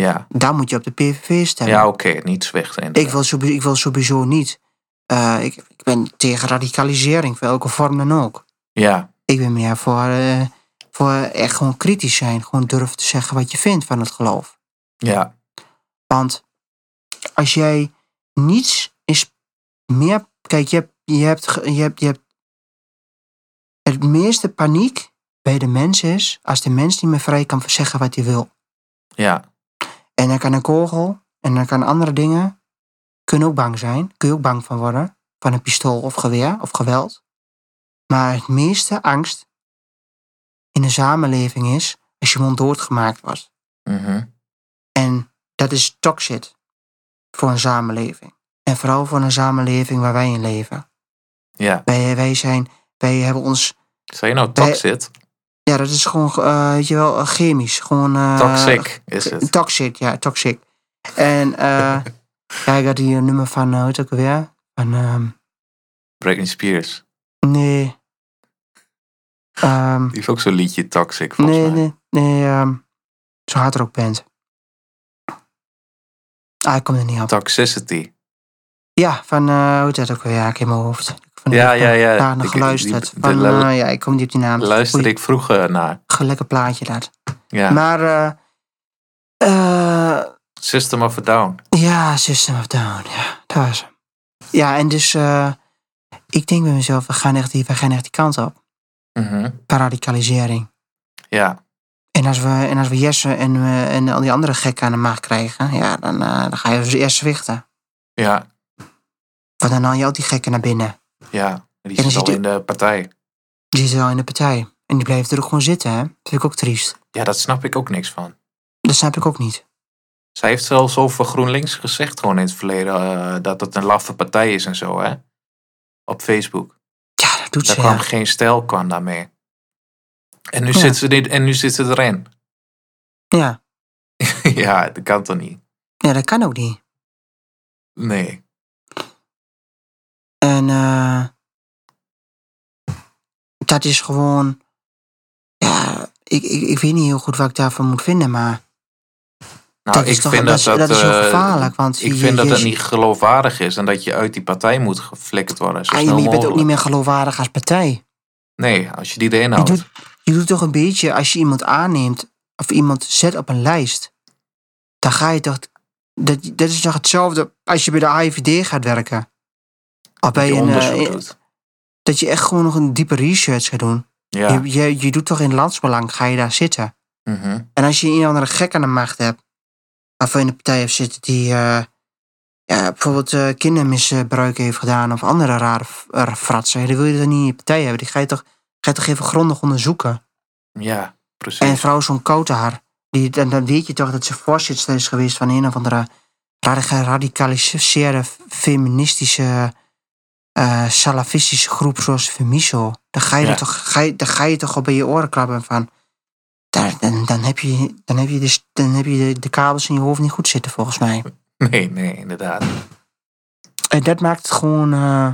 Speaker 1: Ja,
Speaker 2: dan moet je op de PVV stemmen.
Speaker 1: ja oké, niet zwichten.
Speaker 2: ik,
Speaker 1: inderdaad.
Speaker 2: wil sowieso, ik wil sowieso niet. eh, ik, ik ben tegen radicalisering, van welke vorm dan ook.
Speaker 1: Ja,
Speaker 2: Ik ben meer voor, eh, voor echt gewoon kritisch zijn. Gewoon durven te zeggen wat je vindt van het geloof.
Speaker 1: ja,
Speaker 2: Want als jij niets is meer. Kijk, je hebt, je hebt, ge- je hebt, je hebt het meeste paniek bij de mens is als de mens niet meer vrij kan zeggen wat hij wil.
Speaker 1: ja,
Speaker 2: En dan kan een kogel en dan kan andere dingen. Kunnen ook bang zijn. Kun je ook bang van worden. Van een pistool of geweer of geweld. Maar het meeste angst in de samenleving is als je mond doodgemaakt wordt.
Speaker 1: mhm,
Speaker 2: En dat is toxic voor een samenleving. En vooral voor een samenleving waar wij in leven.
Speaker 1: ja.
Speaker 2: Wij, wij zijn, wij hebben ons,
Speaker 1: Zijn je nou
Speaker 2: Wij-
Speaker 1: toxic?
Speaker 2: eh, ja dat is gewoon, eh, weet je wel, eh, chemisch. Gewoon, eh,
Speaker 1: Toxic is het.
Speaker 2: Toxic, ja, toxic. En eh ja, ik had hier een nummer van, eh, hoe heet het ook weer? Van, ehm,
Speaker 1: Britney Spears.
Speaker 2: nee. Ehm,
Speaker 1: Die heeft ook zo'n liedje Toxic, volgens
Speaker 2: nee,
Speaker 1: mij.
Speaker 2: nee, nee, ehm, zo hard er ook bent. Ah, ik kom er niet op.
Speaker 1: Toxicity.
Speaker 2: Ja, van, eh, hoe heet dat ook weer? Ja, ik in mijn hoofd. Van,
Speaker 1: Ja, ja, ja.
Speaker 2: Daar nog
Speaker 1: Ik- ik-
Speaker 2: geluisterd.
Speaker 1: die-
Speaker 2: van,
Speaker 1: de- lu-
Speaker 2: eh, ja, ik kom niet op die naam.
Speaker 1: luister ik vroeger naar.
Speaker 2: Gelukkig plaatje dat.
Speaker 1: Ja.
Speaker 2: Maar, eh, eh,
Speaker 1: System of a Down.
Speaker 2: ja, System of Down. Ja, dat was hem. Ja, en dus, eh, ik denk bij mezelf, we gaan echt die, we gaan echt die kant op.
Speaker 1: Mhm.
Speaker 2: Qua radicalisering.
Speaker 1: Ja,
Speaker 2: En als we, en als we Jesse en, eh, en al die andere gekken aan de maag krijgen, ja, dan, eh, dan ga je dus eerst zwichten.
Speaker 1: ja,
Speaker 2: Want dan haal je al die gekken naar binnen.
Speaker 1: ja. Die
Speaker 2: dan
Speaker 1: zit
Speaker 2: zit
Speaker 1: al
Speaker 2: je-
Speaker 1: in de partij.
Speaker 2: Die zitten al in de partij. En die blijven er ook gewoon zitten, hè. Dat vind ik ook triest.
Speaker 1: Ja, dat snap ik ook niks van.
Speaker 2: Dat snap ik ook niet.
Speaker 1: Zij heeft zelfs over GroenLinks gezegd gewoon in het verleden eh, dat het een laffe partij is en zo, hè? Op Facebook.
Speaker 2: Ja, dat doet
Speaker 1: Daar
Speaker 2: ze.
Speaker 1: kwam
Speaker 2: ja.
Speaker 1: geen stijl kwam daarmee. En nu,
Speaker 2: Ja.
Speaker 1: zit ze dit, en nu zit ze erin.
Speaker 2: Ja.
Speaker 1: ja, dat kan toch niet?
Speaker 2: ja, dat kan ook niet.
Speaker 1: Nee.
Speaker 2: En eh, dat is gewoon. Ja, ik, ik, ik weet niet heel goed wat ik daarvan moet vinden, maar
Speaker 1: Nou,
Speaker 2: dat,
Speaker 1: ik
Speaker 2: is toch,
Speaker 1: vind
Speaker 2: dat, is-
Speaker 1: dat,
Speaker 2: dat is heel
Speaker 1: eh,
Speaker 2: gevaarlijk. Want
Speaker 1: Ik
Speaker 2: je-
Speaker 1: vind dat
Speaker 2: je,
Speaker 1: het niet geloofwaardig is en dat je uit die partij moet geflikt worden. Zo
Speaker 2: Ah,
Speaker 1: snel
Speaker 2: je bent ook
Speaker 1: mogelijk.
Speaker 2: niet meer geloofwaardig als
Speaker 1: Nou,
Speaker 2: partij.
Speaker 1: Nee, als je die erin
Speaker 2: Je
Speaker 1: houdt.
Speaker 2: doet, je doet toch een beetje, als je iemand aanneemt of iemand zet op een lijst, dan ga je toch Dat, dat is nog hetzelfde als je bij de AIVD gaat werken. Of bij
Speaker 1: je
Speaker 2: een, eh,
Speaker 1: onderzoek doet.
Speaker 2: dat je echt gewoon nog een diepe research gaat doen.
Speaker 1: Ja.
Speaker 2: Je, je, je doet toch in landsbelang, ga je daar zitten.
Speaker 1: mhm.
Speaker 2: En als je een of andere gek aan de macht hebt, of in de partij hebt zitten die eh, ja, bijvoorbeeld eh, kindermisbruik heeft gedaan of andere rare f- rare fratsen, ja, dan wil je dat niet in je partij hebben. Die ga je toch, ga je toch even grondig onderzoeken.
Speaker 1: ja, precies.
Speaker 2: En vooral zo'n Kotaar, die, dan, dan weet je toch dat ze voorzitter is geweest van een of andere rare geradicaliseerde f- feministische eh, salafistische groep zoals Femiso. Dan ga je,
Speaker 1: Ja.
Speaker 2: er toch, ga je, dan ga je toch op bij je oren krabben van. Daar, dan, dan heb je, dan heb je, de, s- dan heb je de, de kabels in je hoofd niet goed zitten, volgens mij.
Speaker 1: Nee, nee, inderdaad.
Speaker 2: En dat maakt het gewoon. eh,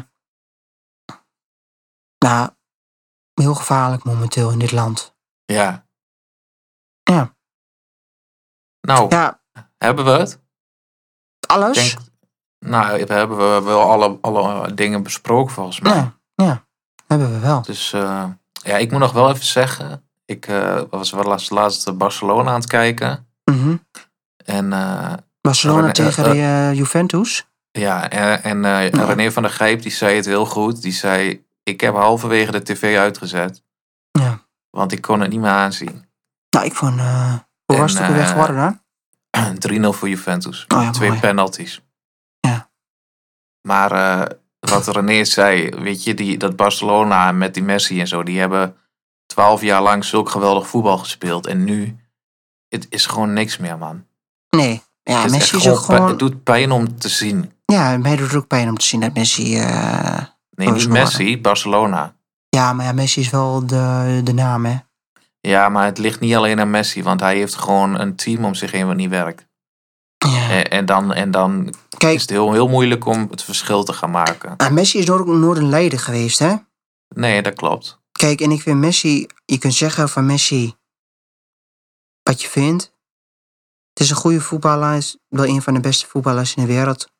Speaker 2: nou, heel gevaarlijk momenteel in dit land.
Speaker 1: Ja.
Speaker 2: Ja.
Speaker 1: Nou,
Speaker 2: Ja,
Speaker 1: hebben we het? Ik
Speaker 2: alles.
Speaker 1: denk, nou, we hebben we wel alle, alle eh, dingen besproken volgens mij.
Speaker 2: Ja, ja, hebben we wel.
Speaker 1: Dus eh, ja, ik moet nog wel even zeggen. Ik eh, was wel laatst, laatst Barcelona aan het kijken.
Speaker 2: Mhm.
Speaker 1: En eh,
Speaker 2: Barcelona
Speaker 1: René-
Speaker 2: tegen
Speaker 1: eh,
Speaker 2: de eh, Juventus.
Speaker 1: ja, en, en eh,
Speaker 2: Ja.
Speaker 1: René van der Gijp die zei het heel goed. Die zei, ik heb halverwege de tv uitgezet.
Speaker 2: Ja.
Speaker 1: Want ik kon het niet meer aanzien. 3-0
Speaker 2: Nou, ik vond... eh, hoe
Speaker 1: En,
Speaker 2: was het ook weer
Speaker 1: eh,
Speaker 2: geworden dan?
Speaker 1: voor Juventus.
Speaker 2: Oh ja,
Speaker 1: Twee
Speaker 2: mooi.
Speaker 1: penalties.
Speaker 2: Ja.
Speaker 1: Maar eh, wat René zei, weet je, die, dat Barcelona met die Messi en zo, die hebben twaalf jaar lang zulk geweldig voetbal gespeeld. En nu, het is gewoon niks meer, man.
Speaker 2: Nee. Ja,
Speaker 1: Het is
Speaker 2: Messi
Speaker 1: echt
Speaker 2: is ook
Speaker 1: gewoon pijn-
Speaker 2: gewoon... Oh,
Speaker 1: Het doet pijn om te zien.
Speaker 2: Ja, mij doet het ook pijn om te zien dat Messi... eh,
Speaker 1: Nee,
Speaker 2: Oh,
Speaker 1: niet
Speaker 2: zo.
Speaker 1: Messi, Barcelona.
Speaker 2: ja, maar ja, Messi is wel de, de naam, hè.
Speaker 1: Ja, maar het ligt niet alleen aan Messi, want hij heeft gewoon een team om zich heen wat niet werkt.
Speaker 2: Ja.
Speaker 1: En, en dan, en dan
Speaker 2: Kijk,
Speaker 1: is het heel, heel moeilijk om het verschil te gaan maken.
Speaker 2: ah, Messi is nooit, nooit een leider geweest, hè.
Speaker 1: Nee, dat klopt.
Speaker 2: Kijk, en ik vind Messi... Je kunt zeggen van Messi... Wat je vindt. Het is een goede voetballer. is wel een van de beste voetballers in de wereld.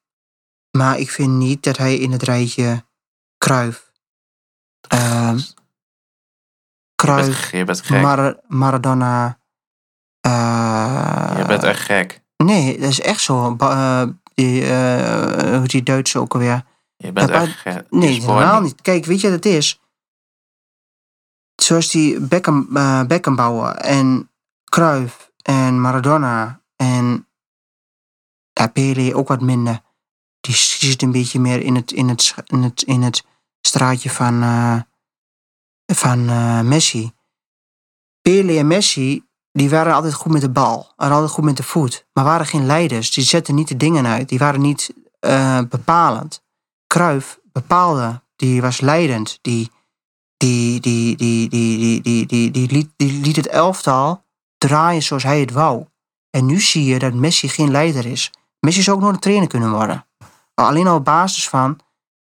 Speaker 2: Maar ik vind niet dat hij in het rijtje... Cruyff... ehm
Speaker 1: je,
Speaker 2: Cruyff...
Speaker 1: bent, ge- je bent gek.
Speaker 2: Mar- Maradona. eh,
Speaker 1: je bent echt gek.
Speaker 2: Nee, dat is echt zo. Ba- eh, die, eh, hoe die Duitse ook alweer.
Speaker 1: Je bent
Speaker 2: Ja, maar-
Speaker 1: echt gek.
Speaker 2: Nee,
Speaker 1: Je spoort
Speaker 2: helemaal niet. Kijk, weet je wat het is? Zoals die Beckham, eh, Beckenbauer en Cruyff en Maradona en ja, Pele ook wat minder. Die zit een beetje meer in het, in het, sch- in het, in het straatje van, eh, van eh, Messi. Pele en Messi, die waren altijd goed met de bal. Waren altijd goed met de voet. Maar waren geen leiders. Die zetten niet de dingen uit. Die waren niet eh, bepalend. Kruif bepaalde, die was leidend, die, die, die, die, die, die, die, die, die, liet, die liet het elftal draaien zoals hij het wou. En nu zie je dat Messi geen leider is. Messi zou ook nooit een trainer kunnen worden. Maar alleen al op basis van,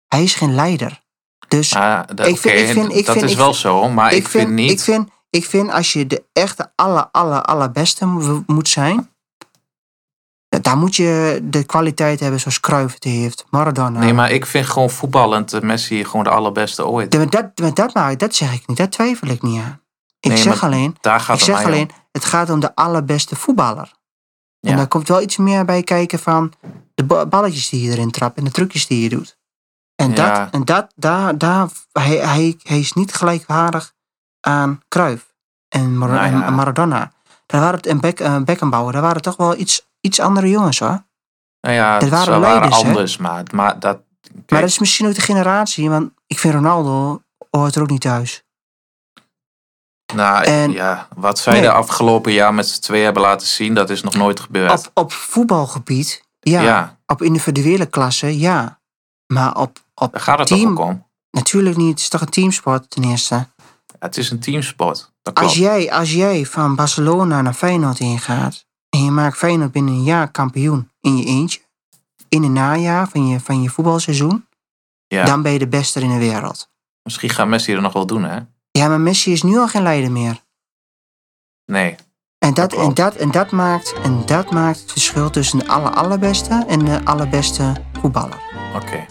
Speaker 2: hij is geen leider. Dus
Speaker 1: Ah, dat,
Speaker 2: Ik vind-
Speaker 1: oké,
Speaker 2: ik vind- ik
Speaker 1: dat
Speaker 2: vind-
Speaker 1: is
Speaker 2: ik
Speaker 1: wel
Speaker 2: vind-
Speaker 1: zo, maar Ah, ik, vind, niet...
Speaker 2: ik vind, ik vind als je de echte aller, aller, allerbeste mo- moet zijn... Daar moet je de kwaliteit hebben zoals Cruyff het heeft. Maradona.
Speaker 1: nee, maar ik vind gewoon voetballend eh, Messi gewoon de allerbeste ooit.
Speaker 2: Ja, maar dat, maar dat, maar, dat zeg ik niet, dat twijfel ik niet aan. Ik
Speaker 1: Nee,
Speaker 2: zeg
Speaker 1: maar
Speaker 2: alleen,
Speaker 1: Daar gaat
Speaker 2: ik
Speaker 1: het mij
Speaker 2: zeg
Speaker 1: om.
Speaker 2: alleen het gaat om de allerbeste voetballer.
Speaker 1: Ja.
Speaker 2: En daar komt wel iets meer bij kijken van de ba- balletjes die je erin trapt en de trucjes die je doet. En,
Speaker 1: Ja.
Speaker 2: dat, en dat, daar, daar, hij, hij, hij is niet gelijkwaardig aan Cruyff en, Mar-
Speaker 1: Nou ja.
Speaker 2: en Maradona. Daar waren het, en Beck, eh, Beckenbauer, daar waren toch wel iets, iets andere jongens hoor.
Speaker 1: Nou ja,
Speaker 2: Er waren
Speaker 1: ze waren
Speaker 2: leiders, hè?
Speaker 1: anders, maar, maar dat... kijk,
Speaker 2: Maar dat is misschien ook de generatie, want ik vind Ronaldo hoort er ook niet thuis.
Speaker 1: Nou,
Speaker 2: En-
Speaker 1: ja, wat zij
Speaker 2: Nee.
Speaker 1: de afgelopen jaar met z'n twee hebben laten zien, dat is nog nooit gebeurd.
Speaker 2: Op, op voetbalgebied, ja.
Speaker 1: ja,
Speaker 2: Op individuele klassen, ja. Maar op, op
Speaker 1: daar gaat het
Speaker 2: team,
Speaker 1: toch ook om.
Speaker 2: natuurlijk niet. Het is toch een teamsport ten eerste.
Speaker 1: Het is een teamsport. Dat klopt.
Speaker 2: Als jij, als jij van Barcelona naar Feyenoord ingaat... en je maakt Feyenoord binnen een jaar kampioen in je eentje... in het najaar van je, van je voetbalseizoen...
Speaker 1: Ja.
Speaker 2: dan ben je de beste in de wereld.
Speaker 1: Misschien gaat Messi er nog wel doen, hè?
Speaker 2: Ja, maar Messi is nu al geen leider meer.
Speaker 1: Nee.
Speaker 2: En
Speaker 1: Dat
Speaker 2: dat, en
Speaker 1: klopt.
Speaker 2: dat, en dat, maakt, en dat maakt het verschil tussen de aller, allerbeste... en de allerbeste voetballer.
Speaker 1: Oké.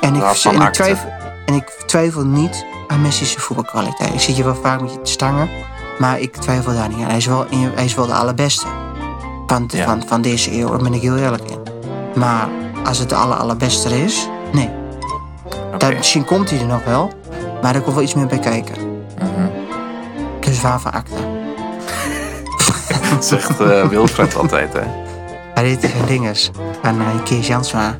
Speaker 2: En ik,
Speaker 1: Waarvan
Speaker 2: en, ik
Speaker 1: acte?
Speaker 2: twijfel, en ik twijfel niet aan Messi's voetbalkwaliteit. Ik zit hier wel vaak met je te stangen, maar ik twijfel daar niet aan. Hij is wel, hij is wel de allerbeste. van,
Speaker 1: Ja.
Speaker 2: van, van deze eeuw. Daar ben ik heel eerlijk in. Maar als het de aller, allerbeste is, nee.
Speaker 1: Oké.
Speaker 2: Daar, misschien komt hij er nog wel, maar er komt wel iets meer bij kijken.
Speaker 1: Mhm.
Speaker 2: Dus waarvan acte?
Speaker 1: Dat zegt eh, Wilfred altijd, hè?
Speaker 2: Maar dit is een dinges van eh, Kees Jansma.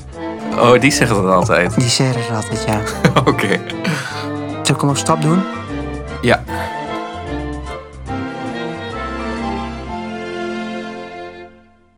Speaker 1: Oh, die zegt dat altijd.
Speaker 2: Die zeggen dat altijd, ja.
Speaker 1: Oké.
Speaker 2: Zullen ik hem op stap doen?
Speaker 1: Ja.